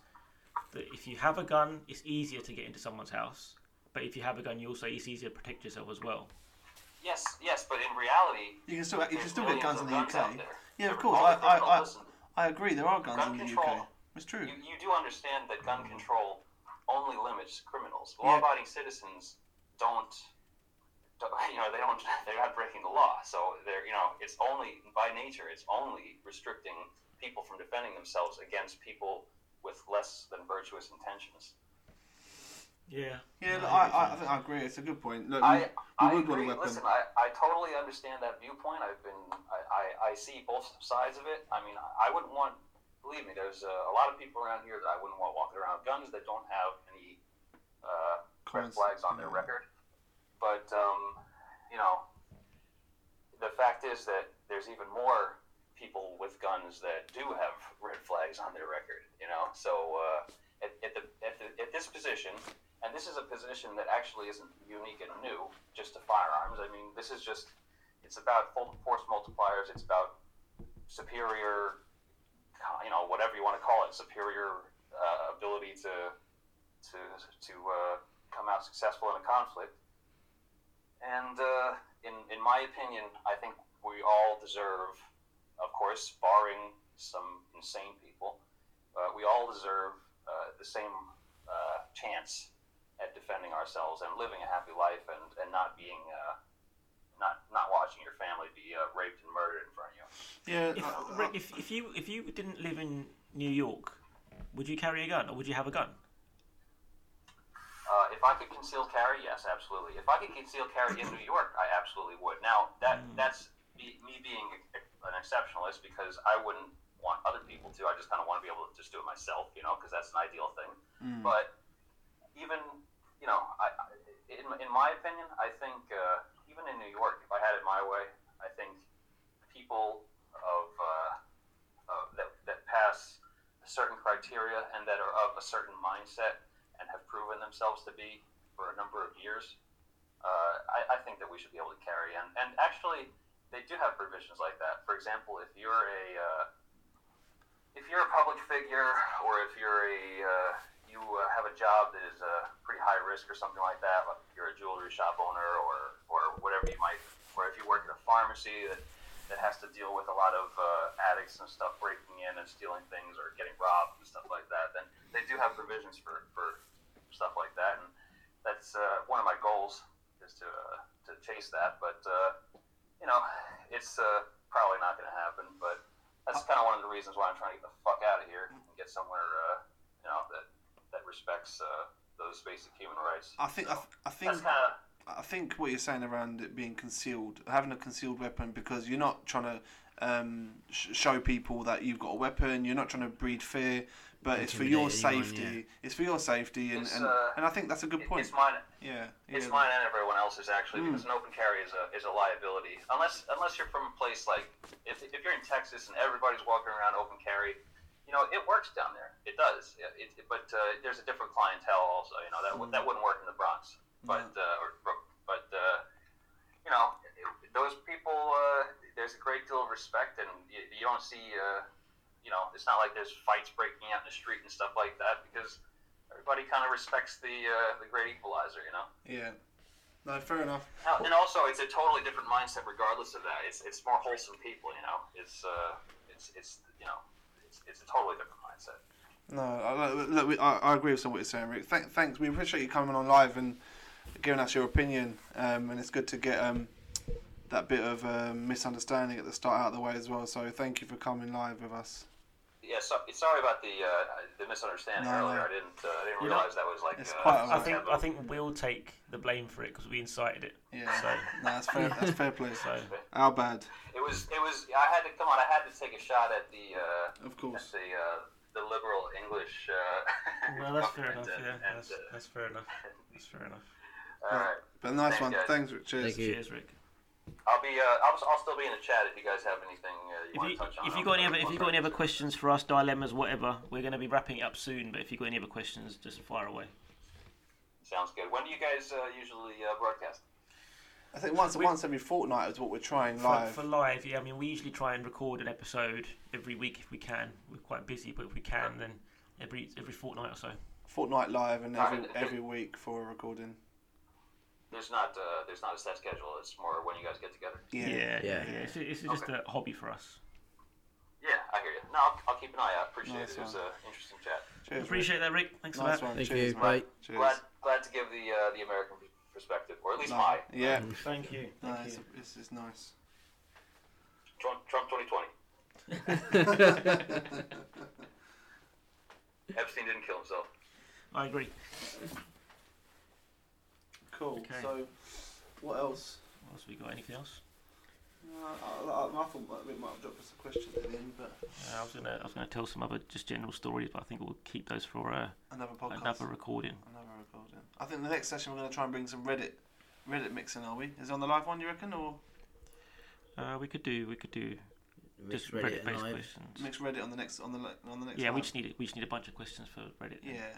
S2: that if you have a gun, it's easier to get into someone's house. But if you have a gun, you also it's easier to protect yourself as well.
S5: Yes, yes, but in reality,
S3: You can still you can
S5: there's
S3: still get guns
S5: millions of
S3: in the UK.
S5: out there.
S3: Yeah, of
S5: They're
S3: course.
S5: all
S3: I
S5: different.
S3: I, I,
S5: Listen,
S3: I agree. There are guns
S5: Gun
S3: in the
S5: control.
S3: UK. It's true.
S5: You, you do understand that gun control only limits criminals.
S3: Yeah.
S5: Law-abiding citizens don't don't- <laughs> you know they don't they're not breaking the law so they're you know it's only by nature it's only restricting people from defending themselves against people with less than virtuous intentions
S2: Yeah.
S3: Yeah, look, I, I, I think I agree. It's a good point. Look,
S5: I,
S3: you
S5: I
S3: would want a
S5: agree.
S3: weapon.
S5: Listen, I, I totally understand that viewpoint. I've been, I, I, I see both sides of it. I mean, I, I wouldn't want, believe me, there's a, a lot of people around here that I wouldn't want walking around with guns that don't have any uh, red
S3: Cons-
S5: flags on their
S3: yeah.
S5: record. But, um, you know, the fact is that there's even more people with guns that do have red flags on their record, you know? So uh, at, at, the, at, the, at this position, and this is a position that actually isn't unique and new just to firearms. I mean, this is just, it's about full force multipliers, it's about superior, you know, whatever you want to call it, superior uh, ability to, to, to uh, come out successful in a conflict. And uh, in, in my opinion, I think we all deserve, of course, barring some insane people, uh, we all deserve uh, the same uh, chance at defending ourselves and living a happy life and, and not being, uh, not, not watching your family be uh, raped and murdered in front of you.
S3: yeah,
S2: If,
S3: I- I-
S2: Rick, if, if you if you didn't live in New York, would you carry a gun or would you have a gun?
S5: Uh, if I could conceal carry, yes, absolutely. If I could conceal carry in New York, I absolutely would. Now that that's me, me being an exceptionalist because I wouldn't want other people to. I just kind of want to be able to just do it myself, you know, because that's an ideal thing. But even you know, I, I, in in my opinion, I think uh, even in New York, if I had it my way, I think people of uh, uh, that that pass certain criteria and that are of a certain mindset and have proven themselves to be for a number of years, uh, I, I think that we should be able to carry. And, and actually, they do have provisions like that. For example, if you're a uh, if you're a public figure or if you're a uh, you uh, have a job that is uh, pretty high risk or something like that, like if you're a jewelry shop owner or, or whatever you might, or if you work at a pharmacy that, that has to deal with a lot of uh, addicts and stuff breaking in and stealing things or getting robbed and stuff like that, then they do have provisions for, for stuff like that. And that's uh, one of my goals is to, uh, to chase that. But, uh, you know, it's uh, probably not going to happen, but that's kind of one of the reasons why I'm trying to get the fuck out of here and get somewhere, uh, you know, that that respects uh, those basic human rights.
S3: I think I, th- I think
S5: That's kind of
S3: I think what you're saying around it being concealed, having a concealed weapon, because you're not trying to um, sh- show people that you've got a weapon. You're not trying to breed fear, but it's for your
S4: Intimidate anyone,
S3: safety. It's for your safety, and
S5: It's,
S3: and,
S5: uh,
S3: and I think that's a good
S5: it,
S3: point.
S5: it's mine.
S3: yeah,
S5: It's
S3: yeah.
S5: mine and everyone else's actually, because an open carry is a is a liability. Unless unless you're from a place like if, if you're in Texas and everybody's walking around open carry, you know it works down there. It does. Yeah, It, it- but uh, there's a different clientele also. You know that would that wouldn't work in the Bronx, but uh, or, Brook- but uh, you know it- those people. Uh, there's a great deal of respect, and you, you don't see. Uh, you know, it's not like there's fights breaking out in the street and stuff like that because everybody kind of respects the uh, the great equalizer. You know.
S3: Yeah. No, fair enough.
S5: No, Oh, and also it's a totally different mindset regardless of that it's it's more wholesome people you know it's uh it's it's you know it's, it's a totally different mindset
S3: No, I- look, look, we- I, I agree with some of what you're saying, Rick. Th- thanks. We appreciate you coming on live and giving us your opinion. Um, and it's good to get um, that bit of um, misunderstanding at the start out of the way as well. So thank you for coming live with us.
S5: yeah so, sorry about the uh, the misunderstanding
S3: No,
S5: earlier
S3: no.
S5: I didn't uh, I didn't
S2: You know,
S5: realize that was like
S3: it's
S5: uh,
S3: quite
S5: some
S3: all
S2: I
S3: right.
S2: think
S5: kind
S2: I
S5: of-
S2: think we'll take the blame for it because we incited it.
S3: Yeah.
S2: So,
S3: No, that's fair. That's fair play.
S2: <laughs> so
S3: Our bad,
S5: it was it was I had to come on I had to take a shot at the uh,
S3: of
S5: at
S3: course.
S5: the uh, the liberal English uh,
S2: well, that's fair enough.
S5: government and-
S2: Yeah,
S5: and,
S2: that's,
S5: uh,
S2: that's fair enough. That's fair enough.
S5: all right
S3: But nice
S5: Thanks,
S3: one.
S5: guys.
S3: Thanks, Rick. Cheers.
S4: Thank you.
S2: Cheers, Rick.
S5: I'll be uh, I'll, I'll still be in the chat if you guys have anything uh, you
S2: If
S5: want
S2: you
S5: to touch on
S2: if you
S5: I'll-
S2: got any other
S5: I'll-
S2: if you
S5: I'll
S2: got any
S5: try to
S2: other
S5: do.
S2: questions for us, dilemmas, whatever, we're going to be wrapping it up soon. But if you got any other questions, just fire away.
S5: sounds good when do you guys uh, usually uh, broadcast
S3: I think once once every fortnight is what we're trying
S2: For,
S3: live.
S2: for live, yeah, I mean, we usually try and record an episode every week if we can. We're quite busy, but if we can, then every every fortnight or so.
S3: Fortnight live and every
S5: Alright.
S3: every week for a recording.
S5: There's not uh, there's not a set schedule. It's more when you guys get together.
S3: Yeah.
S4: Yeah.
S2: It's, it's just a hobby for us.
S5: Yeah, I hear you. No, I'll, I'll keep an eye out. Appreciate
S3: Nice
S5: it. It was
S3: one.
S5: an interesting chat.
S3: Cheers. Rick.
S2: Appreciate that, Rick. Thanks for
S3: Nice
S2: that.
S3: one.
S4: Thank
S3: Cheers.
S4: you.
S3: mate.
S4: Bye.
S3: Cheers.
S5: Glad glad to give the uh, the American perspective, or at least
S3: No.
S5: my
S3: Yeah,
S2: Thank you.
S3: no,
S2: Thank
S3: it's,
S2: you.
S3: it's, it's nice.
S5: Trump, Trump 2020. Epstein didn't kill himself.
S2: I agree.
S3: cool.
S2: Okay.
S3: So, what else?
S2: What else we got? Anything else?
S3: Uh, I, I, I thought we might have dropped us a question at the end, but
S2: Uh, I was gonna, I was gonna tell some other just general stories, but I think we'll keep those for uh,
S3: another podcast,
S2: another recording.
S3: another recording. I think the next session we're going to try and bring some Reddit, Reddit mixing. Are we? Is it on the live one? You reckon, or
S2: Uh, we could do, we could do just
S4: Reddit
S2: Reddit-based
S4: live.
S2: questions.
S3: mix Reddit on the next on the li- on the next?
S2: Yeah, we
S3: live?
S2: just need, we just need a bunch of questions for Reddit. then.
S3: Yeah.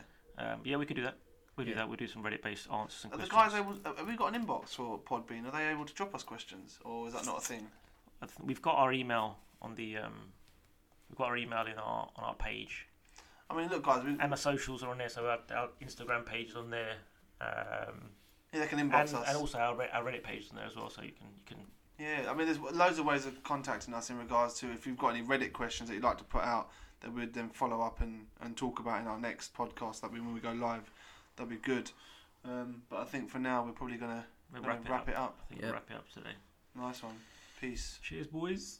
S2: Um, yeah, we could do that. We will do
S4: Yeah.
S2: that. We'll do some Reddit-based answers and
S3: Are the
S2: questions.
S3: guys able? Have we got an inbox for Podbean? Are they able to drop us questions, or is that not a thing?
S2: I th- we've got our email on the, um, we've got our email in our on our page,
S3: I mean, look, guys, we,
S2: and our socials are on there. So our, our Instagram page is on there, um,
S3: yeah, they can
S2: and,
S3: inbox us.
S2: and also our, Re- our Reddit page is on there as well. So you can, you can.
S3: Yeah, I mean, there's loads of ways of contacting us in regards to if you've got any Reddit questions that you'd like to put out that we'd then follow up and, and talk about in our next podcast. That we when we go live, that'd be good. Um, but I think for now we're probably gonna,
S2: We'll
S3: gonna
S2: wrap it up. I think
S3: up.
S2: we'll
S4: Yeah.
S2: wrap it up today.
S3: Nice one. Peace.
S2: Cheers, boys.